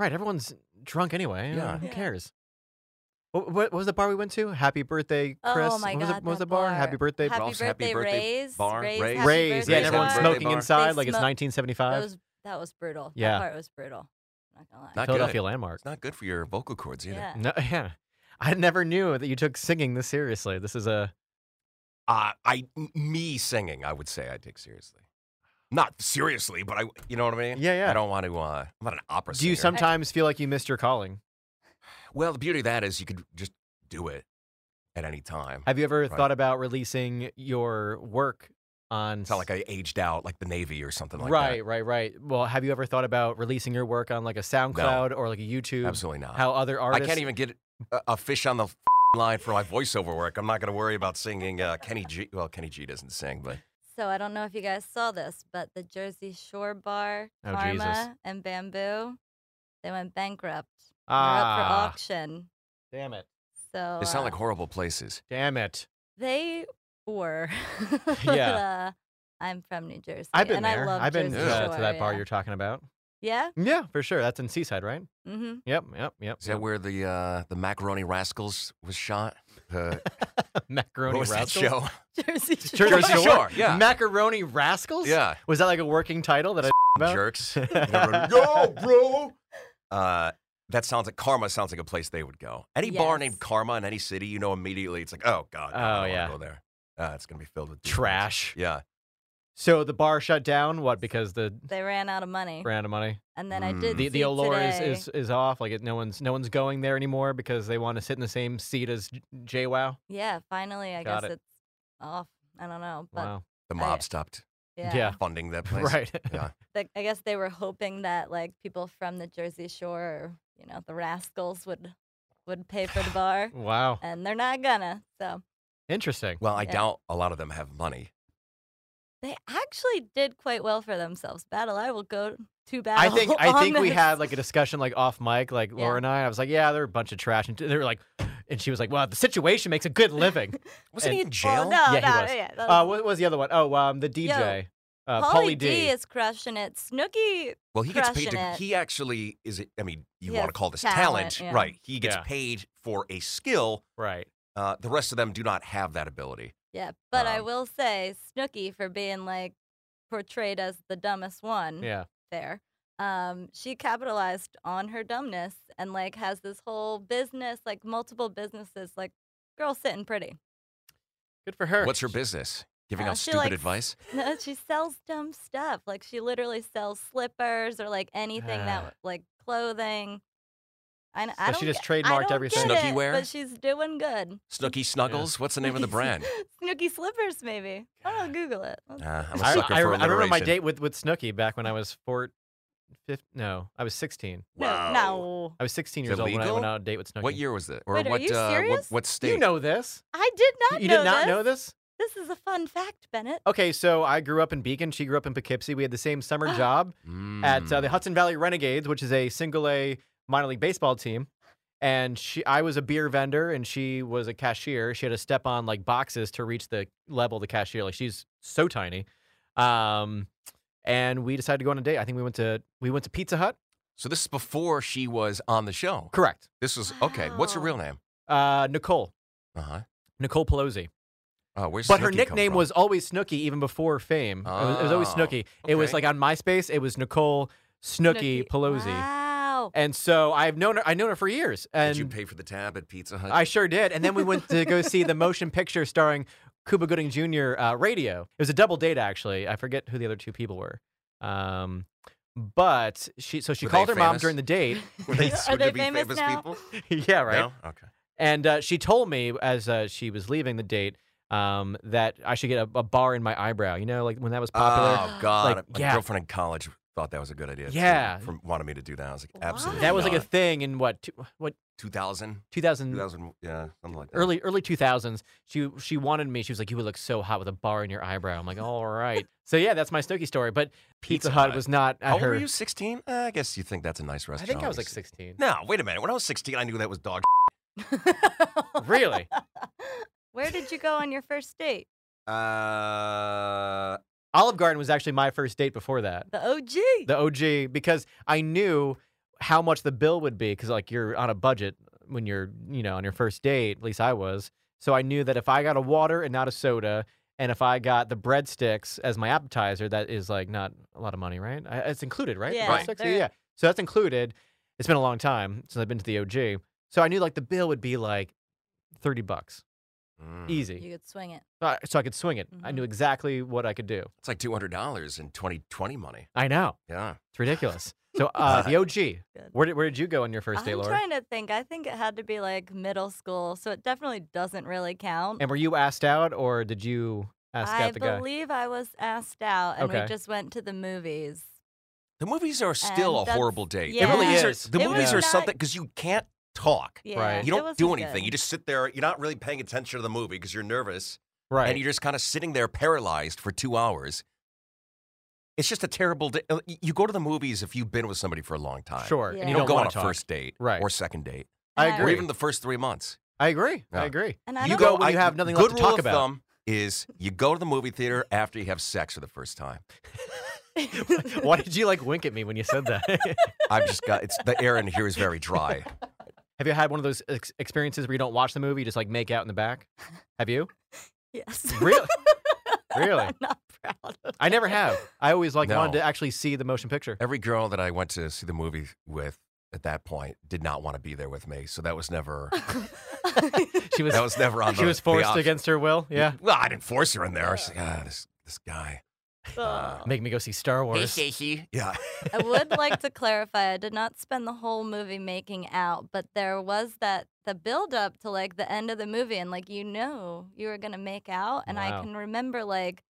Speaker 6: right, everyone's drunk anyway.
Speaker 8: Yeah.
Speaker 6: Yeah. Who
Speaker 7: Yeah.
Speaker 6: cares? What, what, what was the bar we went to? Happy birthday,
Speaker 7: Oh my
Speaker 6: Chris. what was, the,
Speaker 7: God,
Speaker 6: what was
Speaker 7: that
Speaker 6: the bar? Happy
Speaker 7: bar.
Speaker 6: birthday,
Speaker 7: Happy
Speaker 8: Ross, happy
Speaker 7: birthday,
Speaker 8: birthday
Speaker 7: Rays.
Speaker 8: bar,
Speaker 7: Rays,
Speaker 8: Rays.
Speaker 7: happy
Speaker 6: Rays. Yeah,
Speaker 7: birthday
Speaker 6: and everyone's
Speaker 7: bar.
Speaker 6: smoking
Speaker 8: bar.
Speaker 6: inside like it's
Speaker 7: They smoke-
Speaker 6: 1975.
Speaker 7: That was, that was brutal.
Speaker 6: Yeah.
Speaker 7: That part was brutal. Not gonna lie.
Speaker 8: Not good.
Speaker 6: Philadelphia landmark.
Speaker 8: It's not good for your vocal cords either.
Speaker 7: yeah.
Speaker 6: No, <laughs> yeah. I never knew that you took singing this seriously. This is a
Speaker 8: uh, I m- me singing, I would say I take seriously. Not seriously, but I, you know what I mean?
Speaker 6: Yeah, yeah.
Speaker 8: I don't want to. Uh, I'm not an opera
Speaker 6: Do you
Speaker 8: singer.
Speaker 6: sometimes feel like you missed your calling?
Speaker 8: well, the beauty of that is you could just do it at any time.
Speaker 6: Have you ever
Speaker 8: Right.
Speaker 6: thought about releasing your work on
Speaker 8: It's not like I aged out like the Navy or something like
Speaker 6: right, right, right. Well, have you ever thought about releasing your work on like a SoundCloud or like a YouTube?
Speaker 8: that. Absolutely not.
Speaker 6: How other
Speaker 8: I
Speaker 6: artists?
Speaker 8: can't even get a, a fish on the f- line for my voiceover work. I'm not going to worry about singing uh, Kenny G. Well, Kenny G doesn't sing, but
Speaker 7: So I don't know if you guys saw this, but the Jersey Shore bar,
Speaker 6: Oh,
Speaker 7: Karma,
Speaker 6: Jesus.
Speaker 7: and Bamboo, they went bankrupt. They're
Speaker 6: Ah,
Speaker 7: up for auction.
Speaker 6: damn it!
Speaker 7: So
Speaker 6: Oh,
Speaker 8: they sound
Speaker 7: uh,
Speaker 8: like horrible places.
Speaker 6: Damn it!
Speaker 7: They were. <laughs>
Speaker 6: Yeah.
Speaker 7: uh, I'm from New Jersey.
Speaker 6: I've been
Speaker 7: and
Speaker 6: there.
Speaker 7: I love
Speaker 6: have been
Speaker 7: Jersey
Speaker 6: uh,
Speaker 7: Shore,
Speaker 6: to that bar
Speaker 7: yeah.
Speaker 6: you're talking about.
Speaker 7: Yeah.
Speaker 6: Yeah, for sure. That's in Seaside, right?
Speaker 7: Mm-hmm. <laughs>
Speaker 6: Yep, yep, yep.
Speaker 8: Is that where the uh, the Macaroni Rascals was shot? Uh,
Speaker 6: yep. <laughs> macaroni
Speaker 8: what was that
Speaker 6: rascals? <laughs>
Speaker 8: show?
Speaker 7: Jersey Shore.
Speaker 8: Jersey Shore, yeah.
Speaker 6: Macaroni rascals.
Speaker 8: yeah.
Speaker 6: Was that like a working
Speaker 8: <laughs>
Speaker 6: title that I about? <laughs>
Speaker 8: jerks. And everyone, Yo, bro. Uh, that sounds like Karma. Sounds like a place they would go. Any bar
Speaker 7: Yes.
Speaker 8: named Karma in any city, you know immediately. It's like, oh god, no, I
Speaker 6: Oh,
Speaker 8: don't wanna
Speaker 6: yeah.
Speaker 8: go there. Uh, it's gonna be filled with demons.
Speaker 6: trash?
Speaker 8: Yeah,
Speaker 6: So the bar shut down. What?
Speaker 7: <laughs>
Speaker 6: Because the
Speaker 7: <laughs> They ran out of money.
Speaker 6: brand of money.
Speaker 7: And then I
Speaker 8: Mm.
Speaker 7: did
Speaker 6: the the
Speaker 7: see
Speaker 6: allure is,
Speaker 7: today-
Speaker 6: is is off. Like it, no one's no one's going there anymore because they want to sit in the same seat as J- JWoww.
Speaker 7: Yeah, finally, I
Speaker 6: Got
Speaker 7: guess
Speaker 6: it.
Speaker 7: it's off. I don't know, but
Speaker 6: Wow.
Speaker 8: the
Speaker 7: I-
Speaker 8: mob stopped
Speaker 7: yeah.
Speaker 6: Yeah. <laughs>
Speaker 8: funding that place.
Speaker 6: Right.
Speaker 8: Yeah.
Speaker 7: Like, I guess they were hoping that like people from the Jersey Shore, or, you know, the Rascals would would pay for
Speaker 6: <sighs>
Speaker 7: the bar,
Speaker 6: <laughs> Wow.
Speaker 7: and they're not gonna. So
Speaker 6: Interesting.
Speaker 8: Well, I
Speaker 7: Yeah.
Speaker 8: doubt a lot of them have money.
Speaker 7: they actually did quite well for themselves. Battle, I will go to
Speaker 6: I
Speaker 7: battle. <laughs>
Speaker 6: think I
Speaker 7: on
Speaker 6: think we
Speaker 7: this.
Speaker 6: had like a discussion like off mic, like
Speaker 7: Yeah.
Speaker 6: Laura and I. I was like, yeah, they're a bunch of trash, and they were like, <gasps> and she was like, well, the situation makes a
Speaker 7: <laughs>
Speaker 6: good living.
Speaker 8: Wasn't he
Speaker 6: And-
Speaker 8: in
Speaker 7: Well,
Speaker 8: jail?
Speaker 7: Oh, no,
Speaker 6: Yeah, he
Speaker 7: no,
Speaker 6: was.
Speaker 7: yeah, that
Speaker 6: uh,
Speaker 7: was-
Speaker 6: what was the other one? Oh, um, the DJ, uh,
Speaker 7: Pauly
Speaker 6: Pauly
Speaker 7: D. is crushing it. Snooki,
Speaker 8: Well, he gets paid
Speaker 7: Crushing
Speaker 8: to.
Speaker 7: it.
Speaker 8: He actually is. I mean, you
Speaker 7: He
Speaker 8: want to
Speaker 7: has
Speaker 8: call this
Speaker 7: talent,
Speaker 8: talent,
Speaker 7: yeah.
Speaker 8: right? He gets
Speaker 6: Yeah.
Speaker 8: paid for a skill.
Speaker 7: <laughs>
Speaker 6: right.
Speaker 8: Uh, the rest of them do not have that ability.
Speaker 7: yeah. But I
Speaker 8: Um,
Speaker 7: will say Snooki for being like portrayed as the dumbest one.
Speaker 6: Yeah.
Speaker 7: there. Um, she capitalized on her dumbness and like has this whole business, like multiple businesses, like girl sitting pretty. <laughs>
Speaker 6: Good for her.
Speaker 8: What's her business? Giving
Speaker 7: Uh,
Speaker 8: out
Speaker 7: she
Speaker 8: stupid
Speaker 7: likes-
Speaker 8: advice.
Speaker 7: No, she sells dumb stuff. Like she literally sells slippers or like anything
Speaker 6: Ah.
Speaker 7: that like clothing. I, kn- I
Speaker 6: So
Speaker 7: don't
Speaker 6: she just
Speaker 7: get- I
Speaker 6: trademarked
Speaker 7: don't
Speaker 6: every
Speaker 7: get
Speaker 8: Snooki
Speaker 7: it,
Speaker 8: wear?
Speaker 7: but she's doing good. <laughs>
Speaker 8: Snooky Snuggles. What's the name of the
Speaker 7: Snooki-
Speaker 8: brand?
Speaker 7: Snooki slippers,
Speaker 6: Ah.
Speaker 7: maybe. I don't know. Google it.
Speaker 8: Uh, I'm a
Speaker 6: I,
Speaker 8: sucker
Speaker 6: I-
Speaker 8: for
Speaker 6: I remember my
Speaker 8: alliteration.
Speaker 6: date with, with Snooky back when I was four, fif- no, I was 16.
Speaker 7: No, no.
Speaker 6: I was 16
Speaker 8: Is
Speaker 6: years
Speaker 8: it
Speaker 6: old when I
Speaker 8: legal?
Speaker 6: went on a date with Snooki.
Speaker 8: What year was that? Or
Speaker 7: Wait, are
Speaker 8: what,
Speaker 7: you
Speaker 8: uh, what?
Speaker 7: serious?
Speaker 8: What state?
Speaker 6: You know this.
Speaker 7: I did not
Speaker 6: you
Speaker 7: know
Speaker 6: did not
Speaker 7: this.
Speaker 6: know this?
Speaker 7: This is a fun fact, Bennett.
Speaker 6: Okay, so I grew up in Beacon. She grew up in Poughkeepsie. We had the same summer
Speaker 7: <gasps>
Speaker 6: job
Speaker 8: Mm.
Speaker 6: at uh, the Hudson Valley Renegades, which is a single A minor league baseball team. And she, I was a beer vendor, and she was a cashier. She had to step on like boxes to reach the level of the cashier. Like she's so tiny. Um, and we decided to go on a date. I think we went to we went to Pizza Hut.
Speaker 8: So this is before she was on the show.
Speaker 6: Correct.
Speaker 8: This was okay. What's her real name?
Speaker 6: Uh, Nicole
Speaker 8: Uh huh.
Speaker 6: Nicole Pelosi.
Speaker 8: Oh, where's
Speaker 6: But her
Speaker 8: Snooki come
Speaker 6: nickname
Speaker 8: from?
Speaker 6: was always Snooky, even before fame. It, was, it was always
Speaker 8: Oh,
Speaker 6: Snooky. It was
Speaker 8: okay.
Speaker 6: like on MySpace. It was Nicole Snooky,
Speaker 7: Snooki.
Speaker 6: Pelosi.
Speaker 7: Wow.
Speaker 6: <laughs>
Speaker 7: <laughs>
Speaker 6: And so I've known her. I known her for years, and
Speaker 8: Did you pay for the tab at Pizza Hut?
Speaker 6: I sure did. And then we went
Speaker 8: <laughs>
Speaker 6: to go see the motion picture starring Cuba Gooding Jr. Uh, radio. It was a double date, actually. I forget who the other two people were. Um, but she, so she
Speaker 8: Were they
Speaker 6: called her mom
Speaker 8: famous?
Speaker 6: during
Speaker 8: <laughs>
Speaker 6: the date.
Speaker 8: <laughs>
Speaker 6: <laughs>
Speaker 8: Were
Speaker 7: <laughs>
Speaker 8: they,
Speaker 7: Are
Speaker 8: were
Speaker 7: they
Speaker 8: be
Speaker 7: famous now?
Speaker 8: people?
Speaker 6: yeah, right.
Speaker 8: No? Okay.
Speaker 6: And uh, she told me as uh, she was leaving the date um, that I should get a, a bar in my eyebrow. You know, like when that was popular.
Speaker 8: Oh God!
Speaker 6: Like,
Speaker 8: My
Speaker 6: yeah.
Speaker 8: girlfriend in college thought that was a good idea. She
Speaker 6: Yeah.
Speaker 8: from, wanted me to do that. I was like, absolutely.
Speaker 6: that was like a
Speaker 8: not.
Speaker 6: thing in what two, what
Speaker 8: 2000,
Speaker 6: 2000,
Speaker 8: 2000, yeah, something like that.
Speaker 6: early early 2000s. She she wanted me. She was like, "You would look so hot with a bar in your eyebrow." I'm like, "All right." so yeah, that's my Snooki story. But Pizza,
Speaker 8: Pizza
Speaker 6: Hut
Speaker 8: Hut.
Speaker 6: was not at
Speaker 8: How old
Speaker 6: her.
Speaker 8: were you? 16? Uh, I guess you think that's a nice
Speaker 6: I
Speaker 8: restaurant.
Speaker 6: think I was like
Speaker 8: obviously.
Speaker 6: 16.
Speaker 8: No, wait a minute. When I was 16, I knew that was dog.
Speaker 6: really?
Speaker 7: Where did you go on your first date?
Speaker 8: Uh,
Speaker 6: Olive Garden was actually my first date before that.
Speaker 7: The OG.
Speaker 6: The OG because I knew how much the bill would be because like you're on a budget when you're you know on your first date. At least I was. So I knew that if I got a water and not a soda. And if I got the breadsticks as my appetizer, that is like not a lot of money, right? I, it's included, right? The
Speaker 7: Yeah,
Speaker 6: breadsticks?
Speaker 7: they're-
Speaker 6: yeah. So that's included. It's been a long time since I've been to the OG. So I knew like the bill would be like 30 bucks.
Speaker 8: mm.
Speaker 6: Easy.
Speaker 7: Hmm. you could swing it.
Speaker 6: So I, so I could swing it. I
Speaker 7: Mhm.
Speaker 6: knew exactly what I could do.
Speaker 8: It's like $200 in 2020 money.
Speaker 6: I know.
Speaker 8: Yeah.
Speaker 6: It's ridiculous. So <laughs> uh, the OG.
Speaker 7: Good.
Speaker 6: Where did, where did you go on your 1st
Speaker 7: I'm
Speaker 6: date, Laura?
Speaker 7: trying to think. I think it had to be like middle school, so it definitely doesn't really count.
Speaker 6: And were you asked out, or did you ask
Speaker 7: I
Speaker 6: out the guy?
Speaker 7: believe I was asked out, and
Speaker 6: Okay.
Speaker 7: we just went to the movies.
Speaker 8: The movies are still
Speaker 7: And
Speaker 8: a
Speaker 7: that's-
Speaker 8: horrible date.
Speaker 7: It really
Speaker 8: The movies are-
Speaker 6: is.
Speaker 8: the
Speaker 7: It
Speaker 8: movies
Speaker 7: was
Speaker 8: are
Speaker 7: not-
Speaker 8: something because you can't talk.
Speaker 7: Yeah,
Speaker 6: Right.
Speaker 8: You
Speaker 7: it
Speaker 8: don't
Speaker 7: wasn't
Speaker 8: do anything.
Speaker 7: good.
Speaker 8: You just sit there. You're not really paying attention to the movie because you're nervous.
Speaker 6: Right.
Speaker 8: and you're just kind of sitting there paralyzed for two hours. It's just a terrible day. Uh, y- You go to the movies if you've been with somebody for a long time.
Speaker 6: sure.
Speaker 7: Yeah.
Speaker 6: And
Speaker 8: You
Speaker 6: you
Speaker 8: don't,
Speaker 6: don't,
Speaker 8: go on
Speaker 6: want
Speaker 8: a
Speaker 6: to talk.
Speaker 8: first date
Speaker 6: Right.
Speaker 8: or second date
Speaker 6: I
Speaker 7: And
Speaker 8: or
Speaker 6: agree.
Speaker 8: even the first three months.
Speaker 6: I agree. I
Speaker 8: Yeah.
Speaker 6: agree. <laughs>
Speaker 7: And I
Speaker 6: you
Speaker 7: don't
Speaker 6: go
Speaker 7: know-
Speaker 6: when you
Speaker 8: I-
Speaker 6: have nothing
Speaker 8: good
Speaker 6: left to
Speaker 8: rule
Speaker 6: talk
Speaker 8: of
Speaker 6: about.
Speaker 8: Thumb is you go to the movie theater after you have sex for the first time.
Speaker 7: <laughs>
Speaker 6: <laughs> Why did you like wink at me when you said that? <laughs>
Speaker 8: I've just got it's the air in here is very dry.
Speaker 6: have you had one of those ex- experiences where you don't watch the movie, you just like make out in the <laughs> back? Have you?
Speaker 7: Yes.
Speaker 6: Really? Really?
Speaker 7: <laughs> I'm not <laughs> proud of
Speaker 6: I never
Speaker 7: it.
Speaker 6: have. I always like wanted
Speaker 8: No.
Speaker 6: to actually see the motion picture.
Speaker 8: Every girl that I went to see the movie with at that point did not want to be there with me, so that was
Speaker 6: <laughs>
Speaker 8: never
Speaker 6: She was
Speaker 8: that was never on.
Speaker 6: she
Speaker 8: the-
Speaker 6: was
Speaker 8: the
Speaker 6: forced
Speaker 8: option.
Speaker 6: against her will. Yeah.
Speaker 8: Well, I didn't force her in there. She's like, ah, this this guy.
Speaker 7: Ugh.
Speaker 6: Make me go see Star Wars.
Speaker 8: Yeah.
Speaker 7: I would like to clarify I did not spend the whole movie making out, but there was that the build up to like the end of the movie and like you know you were gonna make out and
Speaker 6: Wow.
Speaker 7: I can remember like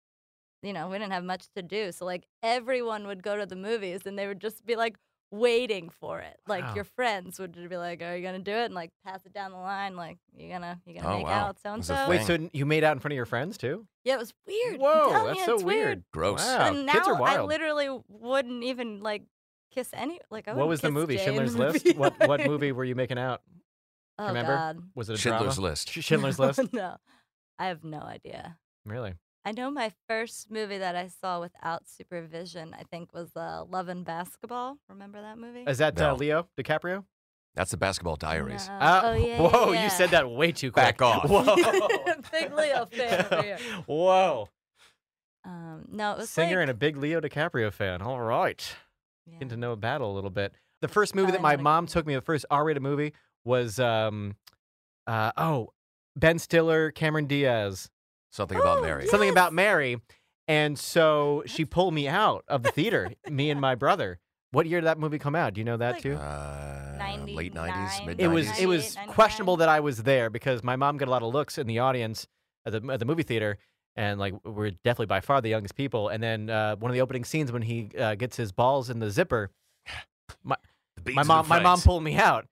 Speaker 7: you know, we didn't have much to do. So like everyone would go to the movies and they would just be like waiting for it. Like
Speaker 6: Wow.
Speaker 7: your friends would be like, Are you gonna do it? And like pass it down the line, like you gonna you gonna
Speaker 8: Oh,
Speaker 7: make
Speaker 8: wow.
Speaker 7: out so and
Speaker 8: It was a
Speaker 7: so.
Speaker 6: Wait,
Speaker 8: thing.
Speaker 6: so you made out in front of your friends too?
Speaker 7: Yeah, it was weird. I'm
Speaker 6: Whoa,
Speaker 7: telling
Speaker 6: that's
Speaker 7: you,
Speaker 6: so
Speaker 7: it's weird.
Speaker 8: Gross.
Speaker 6: Wow.
Speaker 7: And
Speaker 6: Oh, Kids
Speaker 7: now
Speaker 6: are
Speaker 7: I
Speaker 6: wild.
Speaker 7: literally wouldn't even like kiss any like I
Speaker 6: what
Speaker 7: wouldn't
Speaker 6: was the
Speaker 7: kiss
Speaker 6: movie?
Speaker 7: Jay in the
Speaker 6: Schindler's
Speaker 7: movie.
Speaker 6: List. what what
Speaker 7: <laughs>
Speaker 6: movie were you making out?
Speaker 7: Oh
Speaker 6: Remember?
Speaker 7: God.
Speaker 6: Was it a
Speaker 8: Schindler's
Speaker 6: drama?
Speaker 8: List.
Speaker 7: <laughs>
Speaker 6: Sh- Schindler's List.
Speaker 7: no, I have no idea.
Speaker 6: Really?
Speaker 7: I know my first movie that I saw without supervision. I think was uh, Love and Basketball. Remember that movie?
Speaker 6: Is that uh,
Speaker 8: No.
Speaker 6: Leo DiCaprio?
Speaker 8: That's the basketball diaries.
Speaker 7: No.
Speaker 6: Uh, <laughs>
Speaker 7: oh yeah.
Speaker 6: Whoa!
Speaker 7: yeah,
Speaker 6: You
Speaker 7: yeah.
Speaker 6: said that way too quick.
Speaker 8: Back off.
Speaker 6: Whoa.
Speaker 7: <laughs> Big Leo fan over here.
Speaker 6: <laughs> Whoa.
Speaker 7: Um, no, it was
Speaker 6: Singer
Speaker 7: like,
Speaker 6: and a big Leo DiCaprio fan. All right.
Speaker 7: <laughs> yeah. <laughs>
Speaker 6: Getting to know Battle a little bit. The first movie that
Speaker 7: Probably
Speaker 6: my
Speaker 7: not a-
Speaker 6: mom took me, the first R-rated movie was um, uh, oh, Ben Stiller, Cameron Diaz,
Speaker 8: Something about
Speaker 7: Oh,
Speaker 8: Mary.
Speaker 7: yeah.
Speaker 6: something
Speaker 7: Yes.
Speaker 6: about Mary, and so she pulled me out of the theater. me and my brother. What year did that movie come out? Do you know that
Speaker 7: Like
Speaker 6: too?
Speaker 8: Uh, late 90s,
Speaker 7: 99,
Speaker 8: mid 90s.
Speaker 6: it was it
Speaker 7: 98,
Speaker 6: was
Speaker 7: 99.
Speaker 6: questionable that I was there because my mom got a lot of looks in the audience at the at the movie theater, and like we're definitely by far the youngest people. And then uh, one of the opening scenes when he uh, gets his balls in the zipper, My,
Speaker 8: The beads
Speaker 6: my
Speaker 8: of the
Speaker 6: mom, my mom
Speaker 8: fights.
Speaker 6: pulled me out.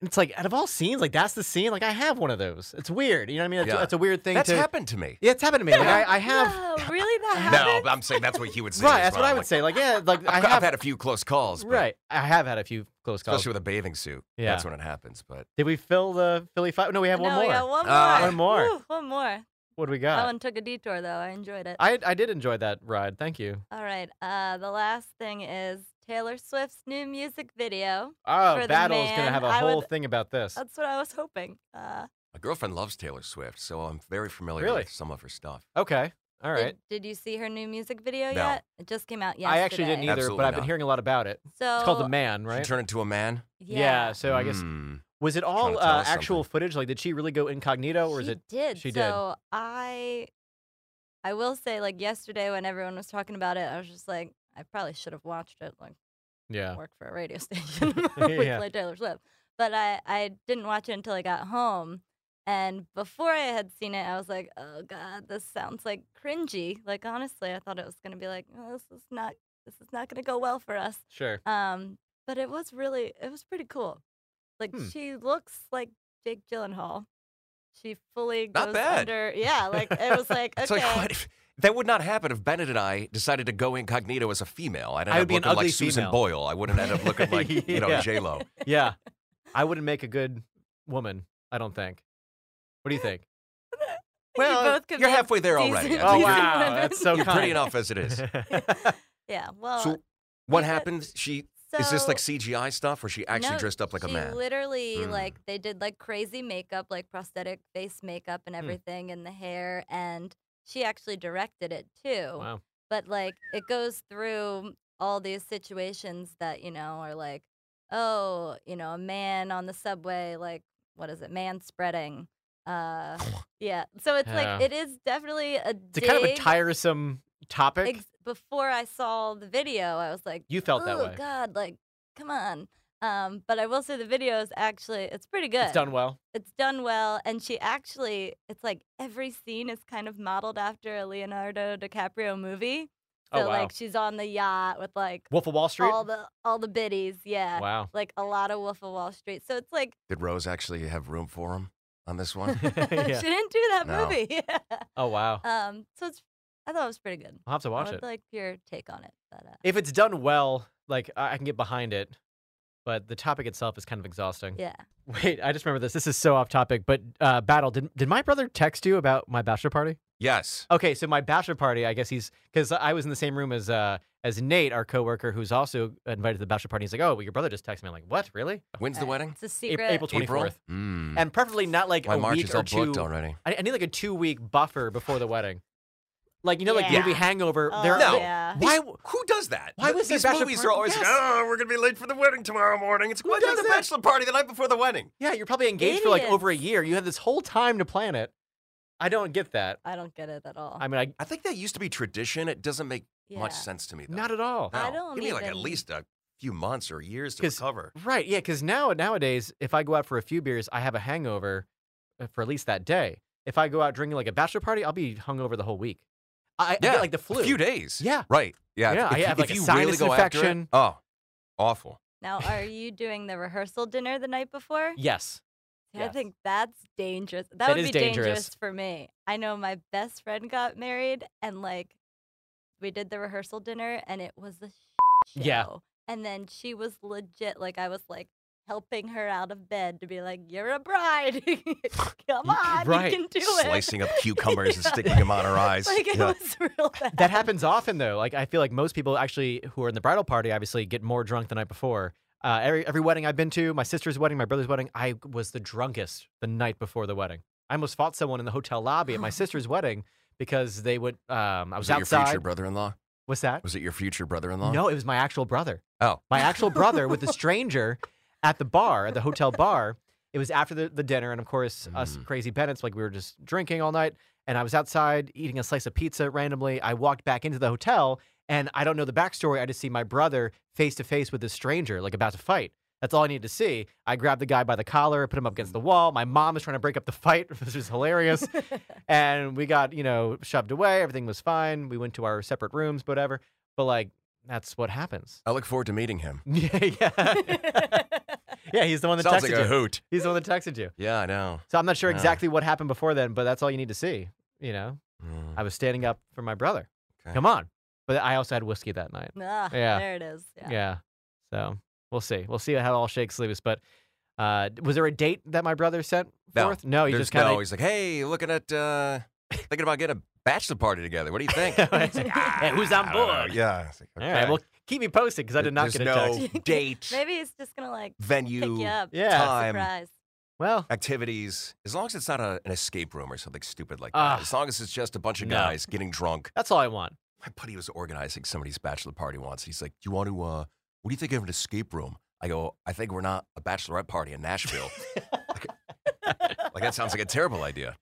Speaker 6: And It's like out of all scenes, like that's the scene. Like I have one of those. It's weird. You know what I mean? That's,
Speaker 8: Yeah.
Speaker 6: that's a weird thing.
Speaker 8: That's
Speaker 6: to,
Speaker 8: happened to me.
Speaker 6: Yeah, it's happened to me. Like I, I have. <laughs>
Speaker 7: Whoa, really? That
Speaker 8: No,
Speaker 7: happened?
Speaker 8: but I'm saying that's what he would say.
Speaker 6: Right.
Speaker 8: as
Speaker 6: That's what
Speaker 8: well.
Speaker 6: I would
Speaker 8: Like,
Speaker 6: say. Like yeah, like I
Speaker 8: I've,
Speaker 6: have.
Speaker 8: I've had a few close calls. but
Speaker 6: right. I have had a few close calls.
Speaker 8: Especially with a bathing suit.
Speaker 6: Yeah.
Speaker 8: That's when it happens. But
Speaker 6: Did we fill the Philly five? No, we have one
Speaker 7: No,
Speaker 6: more. Uh,
Speaker 7: we got one more.
Speaker 8: Ah.
Speaker 6: One more.
Speaker 7: Whew, one more.
Speaker 6: What do we
Speaker 7: That
Speaker 6: got?
Speaker 7: one took a detour, though. I enjoyed it.
Speaker 6: I I did enjoy that ride. Thank you.
Speaker 7: All right. Uh, the last thing is Taylor Swift's new music video.
Speaker 6: Oh,
Speaker 7: For the
Speaker 6: Battle's gonna
Speaker 7: man,
Speaker 6: have a
Speaker 7: I would-
Speaker 6: whole thing about this.
Speaker 7: That's what I was hoping. Uh,
Speaker 8: my girlfriend loves Taylor Swift, so I'm very familiar
Speaker 6: Really?
Speaker 8: with some of her stuff.
Speaker 6: Okay. All right.
Speaker 7: Did, did you see her new music video
Speaker 8: No.
Speaker 7: yet? It just came out yesterday.
Speaker 6: I actually didn't either,
Speaker 8: Absolutely
Speaker 6: but I've been
Speaker 8: not.
Speaker 6: hearing a lot about it.
Speaker 7: So
Speaker 6: It's called The Man,
Speaker 8: She
Speaker 6: right?
Speaker 8: turned into a man.
Speaker 7: Oh. Yeah.
Speaker 6: So I guess
Speaker 8: Mm.
Speaker 6: was it
Speaker 8: Trying
Speaker 6: all
Speaker 8: to tell
Speaker 6: uh,
Speaker 8: us
Speaker 6: actual
Speaker 8: something.
Speaker 6: footage? Like, did she really go incognito, or is
Speaker 7: she
Speaker 6: it?
Speaker 7: Did
Speaker 6: she did.
Speaker 7: So I, I will say, like yesterday when everyone was talking about it, I was just like, I probably should have watched it. Like,
Speaker 6: Yeah.
Speaker 7: worked for a
Speaker 8: <laughs>
Speaker 7: radio <laughs> station where we
Speaker 6: Yeah.
Speaker 7: played Taylor Swift. But I, I didn't watch it until I got home. And before I had seen it, I was like, oh God, this sounds like cringy. Like honestly, I thought it was gonna be like, oh, this is not this is not gonna go well for us. <laughs>
Speaker 6: Sure.
Speaker 7: Um, but it was really it was pretty cool. Like
Speaker 6: Hmm.
Speaker 7: she looks like Jake Gyllenhaal. She fully goes
Speaker 8: Not bad.
Speaker 7: under yeah, like it
Speaker 8: <laughs>
Speaker 7: was like okay.
Speaker 8: It's like, what if- that would not happen if Bennett and I decided to go incognito as a female. I'd end
Speaker 6: I would
Speaker 8: up
Speaker 6: be an
Speaker 8: looking like
Speaker 6: ugly
Speaker 8: Susan
Speaker 6: female.
Speaker 8: Boyle. I wouldn't end up
Speaker 6: <laughs>
Speaker 8: looking like,
Speaker 7: <laughs>
Speaker 8: you know,
Speaker 6: Yeah.
Speaker 8: J
Speaker 6: <laughs>
Speaker 8: Lo.
Speaker 6: Yeah. I wouldn't make a good woman. I don't think. What do you think?
Speaker 7: <laughs>
Speaker 8: Well,
Speaker 7: both could
Speaker 8: you're
Speaker 7: be a
Speaker 8: halfway there
Speaker 7: <laughs>
Speaker 8: already.
Speaker 7: decent-
Speaker 8: I
Speaker 6: Oh
Speaker 8: think
Speaker 7: decent
Speaker 8: you're-
Speaker 6: wow,
Speaker 7: women.
Speaker 6: that's so
Speaker 8: You're
Speaker 6: kind.
Speaker 8: pretty enough as it is.
Speaker 7: <laughs> Yeah, well
Speaker 6: Uh,
Speaker 8: So what
Speaker 7: Yeah.
Speaker 8: happened? She is this
Speaker 7: so-
Speaker 8: like CGI stuff, or she actually
Speaker 7: No,
Speaker 8: dressed up like a
Speaker 7: she
Speaker 8: man?
Speaker 7: Literally,
Speaker 8: Mm.
Speaker 7: like they did like crazy makeup, like prosthetic face makeup
Speaker 8: Hmm.
Speaker 7: and everything, and the hair. And she actually directed it too.
Speaker 6: <laughs> wow.
Speaker 7: But like it goes through all these situations that you know are like, oh, you know, a man on the subway, like what is it, man spreading. Uh,
Speaker 8: <laughs>
Speaker 7: yeah. So it's
Speaker 6: Yeah.
Speaker 7: like it is definitely a
Speaker 6: It's a kind of a
Speaker 7: dig.
Speaker 6: tiresome topic.
Speaker 7: Ex- before I saw the video, I was like,
Speaker 6: you felt that
Speaker 7: "Ooh,
Speaker 6: way.
Speaker 7: God, like, come on. Um, but I will say the video is actually it's pretty good.
Speaker 6: It's done well.
Speaker 7: It's done well, and she actually it's like every scene is kind of modeled after a Leonardo DiCaprio movie.
Speaker 6: Oh,
Speaker 7: So
Speaker 6: wow.
Speaker 7: like she's on the yacht with like
Speaker 6: Wolf of Wall Street.
Speaker 7: all the all the biddies, yeah.
Speaker 6: Wow.
Speaker 7: Like a lot of Wolf of Wall Street. So it's like <laughs>
Speaker 8: Did Rose actually have room for him on this one?
Speaker 6: <laughs> Yeah.
Speaker 7: she didn't do that
Speaker 8: No.
Speaker 7: movie. <laughs> Yeah.
Speaker 6: Oh wow.
Speaker 7: Um, so it's I thought it was pretty good.
Speaker 6: I'll have to watch
Speaker 7: I
Speaker 6: it.
Speaker 7: would like your take on it. But, uh,
Speaker 6: If it's done well, like I I can get behind it, but the topic itself is kind of exhausting.
Speaker 7: yeah.
Speaker 6: <laughs> Wait, I just remember this. This is so off topic, but uh, battle. Did did my brother text you about my bachelor party?
Speaker 8: yes.
Speaker 6: Okay, so my bachelor party. I guess he's because I was in the same room as uh, as Nate, our coworker, who's also invited to the bachelor party. He's like, "Oh, well, your brother just texted me." I'm like, "What? Really?
Speaker 8: When's the
Speaker 7: Uh,
Speaker 8: wedding?
Speaker 7: It's a secret.
Speaker 6: A- April 24th."
Speaker 8: April. Mm.
Speaker 6: And preferably not like
Speaker 8: My
Speaker 6: a
Speaker 8: March
Speaker 6: week
Speaker 8: is
Speaker 6: or
Speaker 8: all
Speaker 6: two.
Speaker 8: booked already.
Speaker 6: I, I need like a two week buffer before the wedding. Like you know, like
Speaker 7: Yeah.
Speaker 6: movie Hangover.
Speaker 7: Oh,
Speaker 6: there,
Speaker 8: No.
Speaker 7: yeah.
Speaker 8: Why? Who does that?
Speaker 6: Why was
Speaker 8: these
Speaker 6: there bachelor
Speaker 8: movies
Speaker 6: party-
Speaker 8: are always like,
Speaker 6: Yes.
Speaker 8: oh, we're gonna be late for the wedding tomorrow morning. It's
Speaker 6: Who
Speaker 8: why there's
Speaker 6: does
Speaker 8: a
Speaker 6: that?
Speaker 8: bachelor party the night before the wedding.
Speaker 6: Yeah, you're probably engaged for like over a
Speaker 7: Idiots.
Speaker 6: year. You have this whole time to plan it. I don't get that.
Speaker 7: I don't get it at all.
Speaker 6: I mean, I
Speaker 8: I think that used to be tradition. It doesn't make
Speaker 7: Yeah.
Speaker 8: much sense to me. Though.
Speaker 6: not at all.
Speaker 7: I
Speaker 8: No.
Speaker 7: don't
Speaker 8: Give me like at
Speaker 7: even-
Speaker 8: least a few months or years to
Speaker 6: 'Cause-
Speaker 8: recover.
Speaker 6: Right. Yeah. Because now nowadays, if I go out for a few beers, I have a hangover uh, for at least that day. If I go out drinking like a bachelor party, I'll be hungover the whole week. I, I get like the flu.
Speaker 8: A few days.
Speaker 6: Yeah.
Speaker 8: Right. Yeah.
Speaker 6: Yeah,
Speaker 8: If,
Speaker 6: I
Speaker 8: you-
Speaker 6: have,
Speaker 8: if
Speaker 6: like, a
Speaker 8: you really
Speaker 6: sinus
Speaker 8: go
Speaker 6: infection.
Speaker 8: after it. Oh, awful.
Speaker 7: now, are you doing the rehearsal dinner the night before?
Speaker 6: Yes.
Speaker 7: See, I
Speaker 6: yes.
Speaker 7: think that's dangerous. That,
Speaker 6: That
Speaker 7: would
Speaker 6: is
Speaker 7: be dangerous.
Speaker 6: dangerous.
Speaker 7: for me. I know my best friend got married, and like, we did the rehearsal dinner, and it was a show.
Speaker 6: Yeah.
Speaker 7: And then she was legit. Like I was like helping her out of bed to be like, "You're a bride. <laughs> Come on,
Speaker 6: right.
Speaker 7: you can do it."
Speaker 8: Slicing
Speaker 6: <laughs>
Speaker 8: up
Speaker 7: <laughs>
Speaker 8: cucumbers and sticking them on her eyes.
Speaker 7: Like it
Speaker 8: Yeah.
Speaker 7: was real bad.
Speaker 6: That happens often though. Like I feel like most people actually who are in the bridal party obviously get more drunk the night before. Uh, every every wedding I've been to, my sister's wedding, my brother's wedding, I was the drunkest the night before the wedding. I almost fought someone in the hotel lobby
Speaker 8: <gasps>
Speaker 6: at my sister's wedding because they would. Um, I was, <laughs>
Speaker 8: Was it your
Speaker 6: outside.
Speaker 8: future brother-in-law?
Speaker 6: What's that?
Speaker 8: Was it your future brother-in-law?
Speaker 6: No, it was my actual brother.
Speaker 8: Oh.
Speaker 6: my actual brother with a stranger at the bar, at the hotel bar. It was after the, the dinner, and of course, us crazy Bennett's, like we were just drinking all night. And I was outside eating a slice of pizza randomly. I walked back into the hotel, and I don't know the backstory. I just see my brother face to face with this stranger, like about to fight. That's all I needed to see. I grabbed the guy by the collar, put him up against the wall. My mom is trying to break up the fight, <laughs> which was hilarious. and we got, you know, shoved away. Everything was fine. We went to our separate rooms, whatever. But like, that's what happens.
Speaker 8: I look forward to meeting him.
Speaker 6: <laughs> yeah, yeah. <laughs>
Speaker 7: <laughs>
Speaker 6: yeah, he's the one that
Speaker 8: Sounds
Speaker 6: texted
Speaker 8: like a
Speaker 6: you.
Speaker 8: hoot.
Speaker 6: He's the one that texted you.
Speaker 8: Yeah, I know.
Speaker 6: So I'm not sure
Speaker 8: Yeah.
Speaker 6: exactly what happened before then, but that's all you need to see. You know,
Speaker 8: Mm.
Speaker 6: I was standing up for my brother.
Speaker 8: Okay.
Speaker 6: Come on. But I also had whiskey that night.
Speaker 7: Ah,
Speaker 6: Yeah.
Speaker 7: There it is. Yeah.
Speaker 6: Yeah. So we'll see. We'll see how it all shakes loose. But uh, was there a date that my brother sent
Speaker 8: No,
Speaker 6: forth? No, Oh, he
Speaker 8: There's
Speaker 6: just kind <laughs>
Speaker 8: no. He's like, hey, looking at uh, thinking about getting a bachelor party together. What do you think?
Speaker 6: of.
Speaker 8: It's like, <laughs> "Ah,
Speaker 6: <laughs> who's on
Speaker 8: I don't know."
Speaker 6: board?
Speaker 8: Yeah. It's like,
Speaker 6: All right.
Speaker 8: okay.
Speaker 6: Well, keep me posted because I did not
Speaker 8: There's
Speaker 6: get a
Speaker 8: no
Speaker 6: text. <laughs>
Speaker 8: date,
Speaker 7: Maybe he's just gonna like pick
Speaker 8: venue,
Speaker 7: you up.
Speaker 6: Yeah.
Speaker 8: Time.
Speaker 7: Surprise.
Speaker 6: Well,
Speaker 8: activities. As long as it's not a, an escape room or something stupid like
Speaker 6: Ah.
Speaker 8: that. As long as it's just a bunch of
Speaker 6: No.
Speaker 8: guys getting drunk.
Speaker 6: that's all I want.
Speaker 8: My buddy was organizing somebody's bachelor party once. He's like, "Do you want to? uh What do you think of an escape room?" I go, "I think we're not a bachelorette party in Nashville." like, like, that sounds like a terrible idea.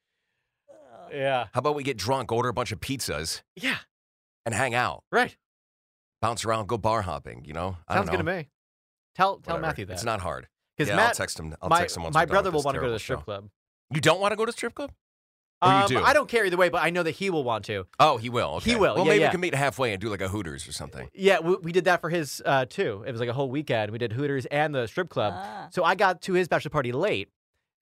Speaker 6: Yeah.
Speaker 8: How about we get drunk, order a bunch of pizzas,
Speaker 6: Yeah.
Speaker 8: and hang out,
Speaker 6: Right.
Speaker 8: bounce around, go bar hopping? You know, I
Speaker 6: Sounds
Speaker 8: don't
Speaker 6: good
Speaker 8: know.
Speaker 6: to me. Tell tell
Speaker 8: Whatever.
Speaker 6: Matthew that.
Speaker 8: it's not hard.
Speaker 6: because
Speaker 8: yeah,
Speaker 6: Matt,
Speaker 8: I'll text him. I'll
Speaker 6: my,
Speaker 8: text him once
Speaker 6: my
Speaker 8: we're done with
Speaker 6: brother will
Speaker 8: this
Speaker 6: want to go to
Speaker 8: terrible
Speaker 6: the strip
Speaker 8: show.
Speaker 6: club.
Speaker 8: You don't want to go to strip club? Or you
Speaker 6: Um,
Speaker 8: do?
Speaker 6: I don't care either way, but I know that he will want to.
Speaker 8: Oh, he will.
Speaker 6: He
Speaker 8: okay.
Speaker 6: will,
Speaker 8: Well,
Speaker 6: yeah,
Speaker 8: maybe
Speaker 6: yeah.
Speaker 8: we can meet halfway and do like a Hooters or something.
Speaker 6: Yeah, we, we did that for his uh, too. It was like a whole weekend. We did Hooters and the strip club.
Speaker 7: Ah.
Speaker 6: So I got to his bachelor party late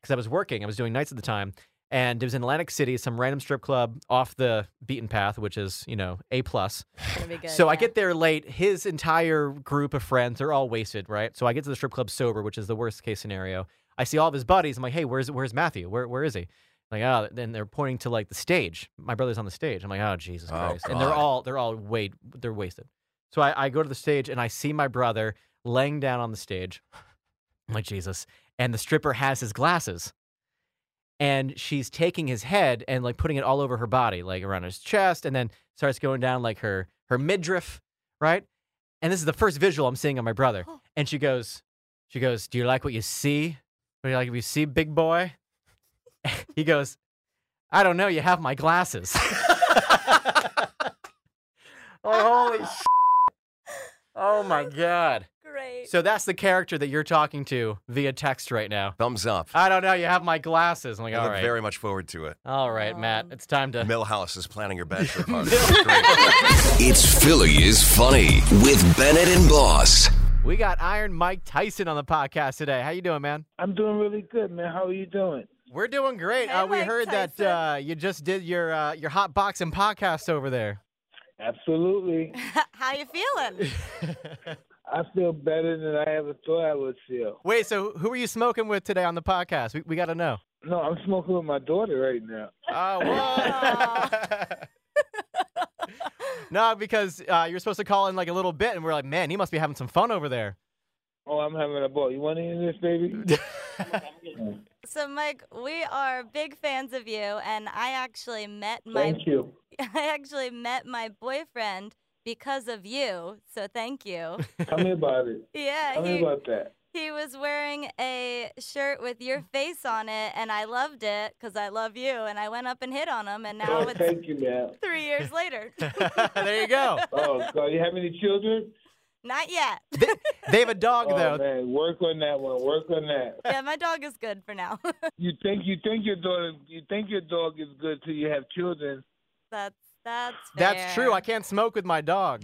Speaker 6: because I was working. I was doing nights at the time, and it was in Atlantic City, some random strip club off the beaten path, which is you know a plus.
Speaker 7: It's gonna be good.
Speaker 6: So I
Speaker 7: yeah.
Speaker 6: get there late. His entire group of friends are all wasted, right? So I get to the strip club sober, which is the worst case scenario. I see all of his buddies. I'm like, hey, where's where's Matthew? Where where is he? Like, oh, then they're pointing to like the stage. My brother's on the stage. I'm like, oh Jesus
Speaker 8: Oh,
Speaker 6: Christ! And they're
Speaker 8: God.
Speaker 6: all they're all wait they're wasted. So I, I go to the stage and I see my brother laying down on the stage. I'm like Jesus, and the stripper has his glasses and she's taking his head and like putting it all over her body, like around his chest, and then starts going down like her her midriff, right? And this is the first visual I'm seeing of my brother. And she goes, she goes, "Do you like what you see? What do you like what you see, big boy?" he goes, "I don't know. You have
Speaker 8: <laughs>
Speaker 6: my glasses." <laughs> oh
Speaker 8: <laughs>
Speaker 6: holy! Sh- oh my god!
Speaker 7: Great.
Speaker 6: So that's the character that you're talking to via text right now.
Speaker 8: Thumbs up.
Speaker 6: I don't know. You have my glasses. I'm like,
Speaker 8: I
Speaker 6: all
Speaker 8: look
Speaker 6: right.
Speaker 8: very much forward to it.
Speaker 6: All right, Matt, it's time to.
Speaker 8: Millhouse is planning your bachelor party. Great.
Speaker 5: It's Philly is funny with Bennett and Boss.
Speaker 6: We got Iron Mike Tyson on the podcast today. How you doing, man?
Speaker 9: I'm doing really good, man. How are you doing?
Speaker 6: We're doing great.
Speaker 7: Hey,
Speaker 6: uh, we
Speaker 7: Mike
Speaker 6: heard that uh, you just did your uh, your hot boxing podcast over there.
Speaker 9: Absolutely.
Speaker 7: How you
Speaker 6: <laughs>
Speaker 7: feeling?
Speaker 9: I feel better than I ever thought I would feel.
Speaker 6: Wait, so who are you smoking with today on the podcast? We, we got to know.
Speaker 9: No, I'm smoking with my daughter right now.
Speaker 6: Oh, Ah, what? <laughs> no, because uh, you're supposed to call in like a little bit, and we're like, man, he must be having some fun over there.
Speaker 9: Oh, I'm having a ball. You want to hear this, baby?
Speaker 6: <laughs>
Speaker 7: so Mike, we are big fans of you, and I actually met my
Speaker 9: Thank you.
Speaker 7: <laughs> I actually met my boyfriend because of you. So thank
Speaker 9: <laughs>
Speaker 7: you.
Speaker 9: Tell me about it.
Speaker 7: Yeah,
Speaker 9: Tell
Speaker 7: he,
Speaker 9: me about that.
Speaker 7: he was wearing a shirt with your face on it, and I loved it because I love you. And I went up and hit on him, and now
Speaker 9: Oh,
Speaker 7: it's
Speaker 9: thank you, man.
Speaker 7: three years
Speaker 6: <laughs>
Speaker 7: later.
Speaker 6: there you go.
Speaker 9: Oh, God. You have any children?
Speaker 7: Not yet.
Speaker 6: They have a dog
Speaker 9: Oh,
Speaker 6: though.
Speaker 9: man. Work on that one. Work on that.
Speaker 7: yeah, my dog is good for now. <laughs>
Speaker 9: You think you think your daughter you think your dog is good till you have children.
Speaker 7: that's that's
Speaker 6: That's true. I
Speaker 7: fair.
Speaker 6: can't smoke with my dog.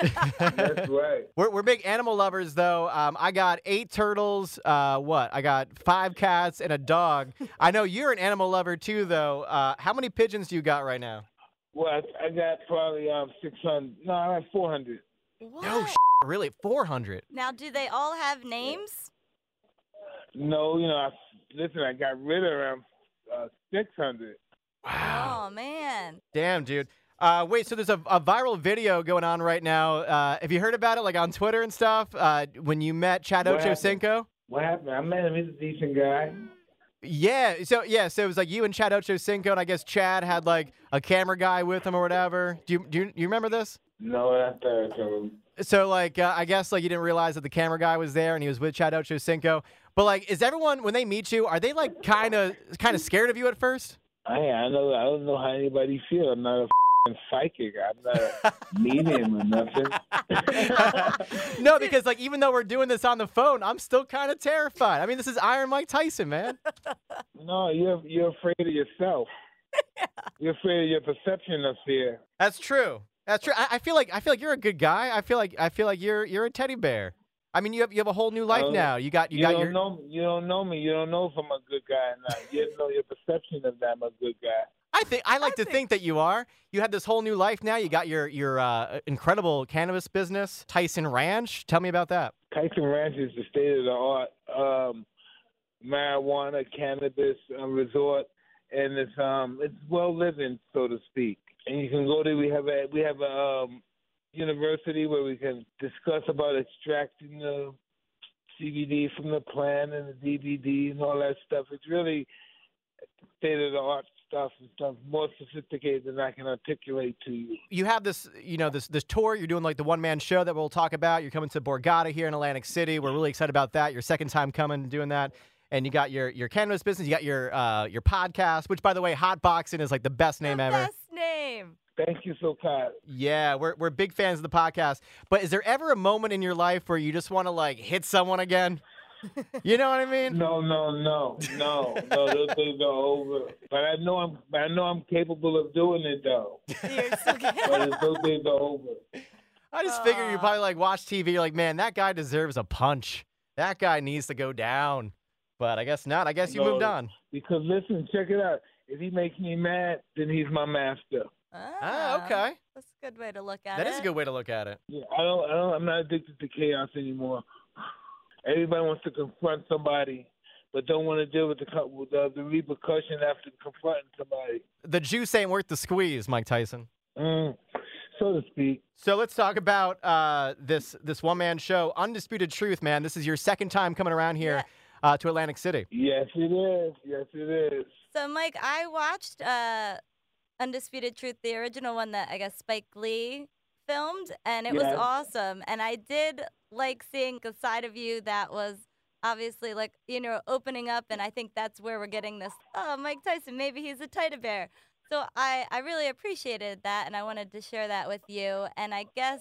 Speaker 9: That's right.
Speaker 6: We're, we're big animal lovers, though. Um, I got eight turtles. Uh, what? I got five cats and a dog. I know you're an animal lover too, though. Uh, how many pigeons do you got right now?
Speaker 9: Well, I, I got probably um six hundred. No, I got four hundred.
Speaker 7: What?
Speaker 6: Really, four hundred.
Speaker 7: now, do they all have names?
Speaker 9: No, you know, I, listen, I got rid of around uh, 600.
Speaker 7: Oh man.
Speaker 6: Damn, dude. Uh, wait, so there's a, a viral video going on right now. Uh, have you heard about it, like on Twitter and stuff? Uh, when you met Chad
Speaker 9: What happened?
Speaker 6: Ochocinco?
Speaker 9: What happened? I met him. He's a decent guy.
Speaker 6: Yeah. So yeah, so it was like you and Chad Ochocinco, and I guess Chad had like a camera guy with him or whatever. Do you do you, you remember this?
Speaker 9: No, that's third to him.
Speaker 6: So like uh, I guess like you didn't realize that the camera guy was there and he was with Chad Ochocinco. But like, is everyone when they meet you, are they like kind of kind of scared of you at first?
Speaker 9: I, I know. I don't know how anybody feels. I'm not a fing psychic. I'm not
Speaker 6: <laughs>
Speaker 9: a medium or nothing.
Speaker 6: no, because like even though we're doing this on the phone, I'm still kind of terrified. I mean, this is Iron Mike Tyson, man.
Speaker 9: <laughs> No, you're
Speaker 6: <laughs>
Speaker 9: you're afraid of yourself. You're afraid of your perception of fear.
Speaker 6: That's true. That's true. I, I feel like I feel like you're a good guy. I feel like I feel like you're you're a teddy bear. I mean, you have you have a whole new life
Speaker 9: Oh,
Speaker 6: now. You got you,
Speaker 9: you
Speaker 6: got
Speaker 9: don't
Speaker 6: your
Speaker 9: know you don't know me. You don't know if I'm a good guy or not.
Speaker 6: <laughs>
Speaker 9: You don't know your perception of that I'm a good guy.
Speaker 6: I think I like to think that you are. You had this whole new life now. You got your your uh, incredible cannabis business, Tyson Ranch. Tell me about that.
Speaker 9: Tyson Ranch is the state of the art um, marijuana cannabis uh, resort, and it's um it's well living so to speak. And you can go to we have a we have a um, university where we can discuss about extracting the CBD from the plant and the DBD and all that stuff. It's really state of the art stuff and stuff more sophisticated than I can articulate to you.
Speaker 6: You have this, you know, this this tour. You're doing like the one man show that we'll talk about. You're coming to Borgata here in Atlantic City. We're really excited about that. Your second time coming and doing that. And you got your your cannabis business. You got your uh, your podcast, which by the way, Hot Boxing is like the best name ever.
Speaker 7: Best
Speaker 6: <laughs>
Speaker 7: name.
Speaker 9: Thank you so kind.
Speaker 6: Yeah, we're we're big fans of the podcast. But is there ever a moment in your life where you just want to like hit someone again? You know what I mean?
Speaker 9: No, no, no, no, no. Those things are over. But I know I'm, but I know I'm capable of doing it though. but
Speaker 7: <laughs>
Speaker 9: it's- those days are over.
Speaker 6: I just figure you probably like watch TV. You're like, man, that guy deserves a punch. That guy needs to go down. But I guess not. I guess you moved
Speaker 9: No.
Speaker 6: on.
Speaker 9: Because listen, check it out. If he makes me mad, then he's my master.
Speaker 6: Ah, okay.
Speaker 7: That's a good way to look at
Speaker 6: That
Speaker 7: it.
Speaker 6: is a good way to look at it.
Speaker 9: Yeah, I don't, I don't, I'm not addicted to chaos anymore. Everybody wants to confront somebody, but don't want to deal with the co- with the, the repercussion after confronting somebody,
Speaker 6: The juice ain't worth the squeeze, Mike Tyson.
Speaker 9: mm, so to speak.
Speaker 6: So let's talk about uh, this this one man show, Undisputed Truth, man. This is your second time coming around here uh, to Atlantic City.
Speaker 9: Yes, it is. Yes, it is.
Speaker 7: So, Mike, I watched uh, Undisputed Truth, the original one that I guess Spike Lee filmed, and it
Speaker 9: Yes.
Speaker 7: was awesome. And I did like seeing a side of you that was obviously like, you know, opening up. And I think that's where we're getting this oh, Mike Tyson, maybe he's a teddy bear. So I, I really appreciated that, and I wanted to share that with you. And I guess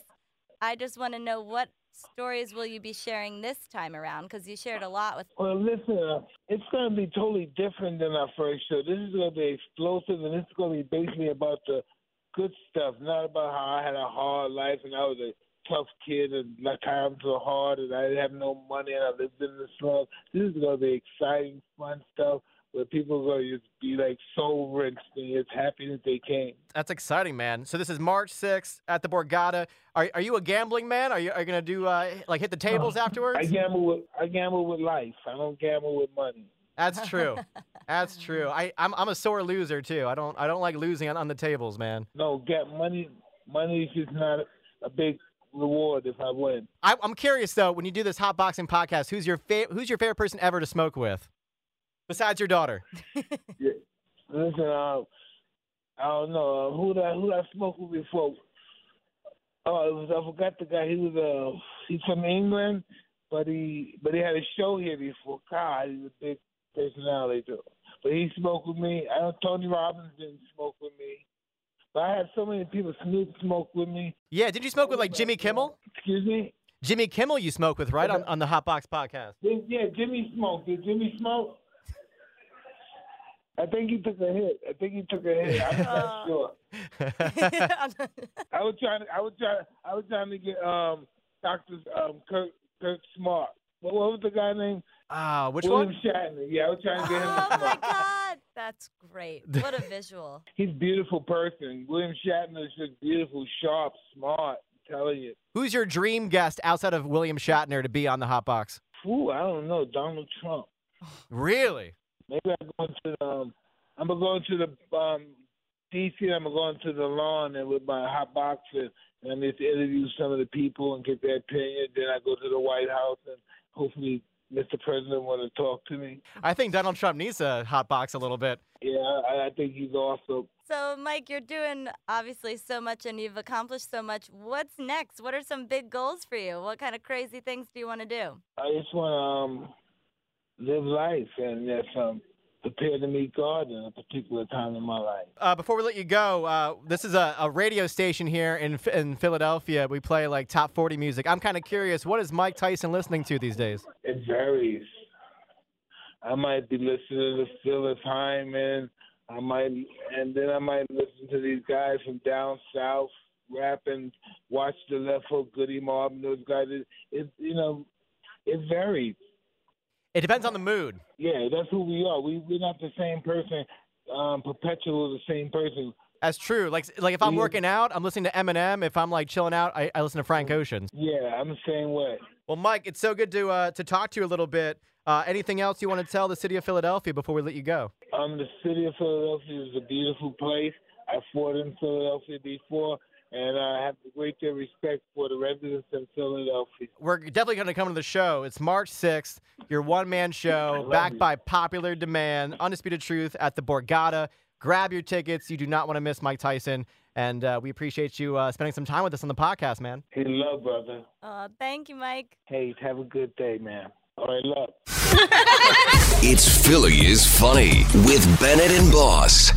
Speaker 7: I just want to know what stories will you be sharing this time around? Because you shared a lot with
Speaker 9: Well, listen, uh, it's going to be totally different than our first show. This is going to be explosive, and this is going to be basically about the good stuff, not about how I had a hard life and I was a tough kid and my times were hard and I didn't have no money and I lived in the slums. This is going to be exciting, fun stuff where people are going to just be like so rich and as happy as they came.
Speaker 6: That's exciting, man. So this is March 6th at the Borgata. Are, are you a gambling man? Are you, are you going to do uh, like hit the tables afterwards?
Speaker 9: <laughs> I gamble with I gamble with life. I don't gamble with money. <laughs>
Speaker 6: That's true. That's true. I, I'm I'm a sore loser too. I don't I don't like losing on, on the tables, man.
Speaker 9: No, get money. Money is just not a big reward if I win.
Speaker 6: I, I'm curious though. When you do this hot boxing podcast, who's your fa- who's your favorite person ever to smoke with, besides your daughter?
Speaker 9: Listen, uh, I don't know uh, who did I, who did I smoke with before. Oh, it was, I forgot the guy. He was uh, he's from England, but he but he had a show here before. God, he's a big personality too. But he smoked with me. I know Tony Robbins didn't smoke with me. But I had so many people. Snoop smoked with me.
Speaker 6: Yeah, did you smoke with like Jimmy Kimmel?
Speaker 9: Excuse me.
Speaker 6: Jimmy Kimmel, you smoke with right on, on the hot box podcast.
Speaker 9: Then, yeah, Jimmy smoked. Did Jimmy smoke? I think he took a hit. I think he took a hit. I'm
Speaker 6: <laughs>
Speaker 9: not sure. I was trying. I was trying. I was trying to get um Doctor um Kurt Kurt Smart. What, what was the guy named?
Speaker 6: Ah, which
Speaker 9: William
Speaker 6: one?
Speaker 9: Shatner. Yeah, I was trying to
Speaker 6: <laughs>
Speaker 9: get him. to
Speaker 7: Oh my
Speaker 9: Smart.
Speaker 7: God, that's great! What a visual.
Speaker 9: He's a beautiful person. William Shatner is just beautiful, sharp, smart. I'm telling you.
Speaker 6: Who's your dream guest outside of William Shatner to be on the hot box?
Speaker 9: Ooh, I don't know. Donald Trump.
Speaker 6: Really?
Speaker 9: Maybe I'm going to the, um, I'm gonna go into the um, DC. and I'm going to the lawn and with my hot box and, and I'm just interview some of the people and get their opinion. Then I go to the White House and hopefully Mr. President want to talk to me.
Speaker 6: I think Donald Trump needs a hot box a little bit.
Speaker 9: Yeah, I, I think he's also.
Speaker 7: So, Mike, you're doing obviously so much, and you've accomplished so much. What's next? What are some big goals for you? What kind of crazy things do you want to do?
Speaker 9: I just want to um, live life and just um, prepare to meet God in a particular time in my life.
Speaker 6: uh, before we let you go, uh, this is a, a radio station here in Ph- in Philadelphia. We play like top forty music. I'm kind of curious, what is Mike Tyson listening to these days?
Speaker 9: It varies. I might be listening to Phyllis Hyman. I might, and then I might listen to these guys from down south, rapping, watch the left hook, Goody Mob, and those guys. It, it you know, it varies.
Speaker 6: It depends on the mood.
Speaker 9: Yeah, that's who we are. We we're not the same person. Um, perpetual the same person.
Speaker 6: That's true. Like like if I'm
Speaker 9: Yeah.
Speaker 6: working out, I'm listening to Eminem. If I'm like chilling out, I, I listen to Frank Ocean.
Speaker 9: Mm. Yeah, I'm the same way.
Speaker 6: Well, Mike, it's so good to uh, to talk to you a little bit. Uh, anything else you want to tell the city of Philadelphia before we let you go?
Speaker 9: Um, the city of Philadelphia is a beautiful place. I fought in Philadelphia before, and I have a great deal of respect for the residents in Philadelphia.
Speaker 6: We're definitely going to come to the show. It's March 6th, your one man show, backed by popular demand, Undisputed Truth at the Borgata. Grab your tickets. You do not want to miss Mike Tyson. And uh, we appreciate you uh, spending some time with us on the podcast, man.
Speaker 9: Hey, love, brother.
Speaker 7: Aw, Uh, thank you, Mike.
Speaker 9: Hey, have a good day, man. All right, love.
Speaker 5: It's Philly is Funny with Bennett and Boss.